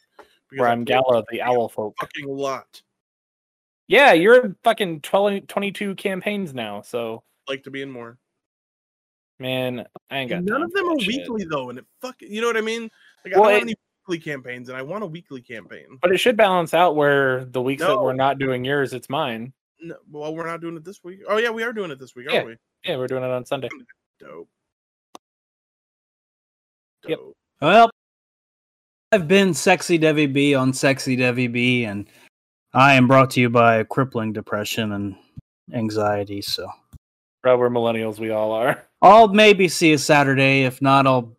Speaker 2: because
Speaker 3: where
Speaker 2: I
Speaker 3: I'm
Speaker 2: play a
Speaker 3: Gala, the owl folk.
Speaker 2: Fucking lot.
Speaker 3: Yeah, you're in fucking 12, 22 campaigns now. So,
Speaker 2: Like to be in more.
Speaker 3: man, I ain't got
Speaker 2: None
Speaker 3: time
Speaker 2: of
Speaker 3: for
Speaker 2: them are
Speaker 3: that shit.
Speaker 2: weekly though, and it fucking you know what I mean. Like
Speaker 3: Well,
Speaker 2: I don't have
Speaker 3: it-
Speaker 2: any weekly campaigns, and I want a weekly campaign.
Speaker 3: But it should balance out where the weeks that
Speaker 2: No.
Speaker 3: we're not doing yours, it's mine.
Speaker 2: No, well, we're not doing it this week. Oh yeah, we are doing it this week,
Speaker 3: Yeah.
Speaker 2: aren't we?
Speaker 3: Yeah, we're doing it on Sunday.
Speaker 2: Dope. Dope.
Speaker 3: Yep.
Speaker 4: Well, I've been Sexy Devi B on Sexy Devi B, and I am brought to you by crippling depression and anxiety. So
Speaker 3: Bro, we're millennials. We all are.
Speaker 4: I'll maybe see you Saturday. If not, I'll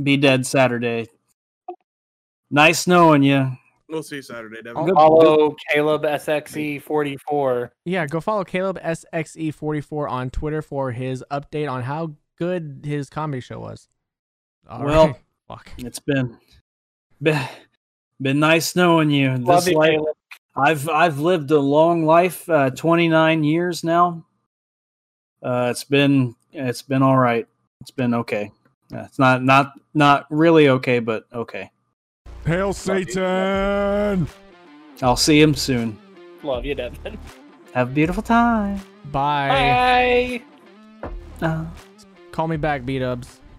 Speaker 4: be dead Saturday. Nice knowing you.
Speaker 2: We'll see you Saturday, Devin.
Speaker 1: Good-
Speaker 3: Follow Caleb E SXE44.
Speaker 1: Yeah, go follow Caleb SXE44 on Twitter for his update on how good his comedy show was. All
Speaker 4: Well-
Speaker 1: right. fuck.
Speaker 4: It's been been, been nice knowing you.
Speaker 3: Love
Speaker 4: This
Speaker 3: you,
Speaker 4: life,
Speaker 3: Caleb.
Speaker 4: I've I've lived a long life, uh, 29 years now. Uh, it's been it's been all right. It's been okay. Uh, it's not not not really okay, but okay.
Speaker 7: Hail Satan!
Speaker 4: I'll see him soon.
Speaker 3: Love you, Devin.
Speaker 4: Have a beautiful time.
Speaker 1: Bye.
Speaker 3: Bye.
Speaker 4: Uh,
Speaker 1: Call me back, B Dubs.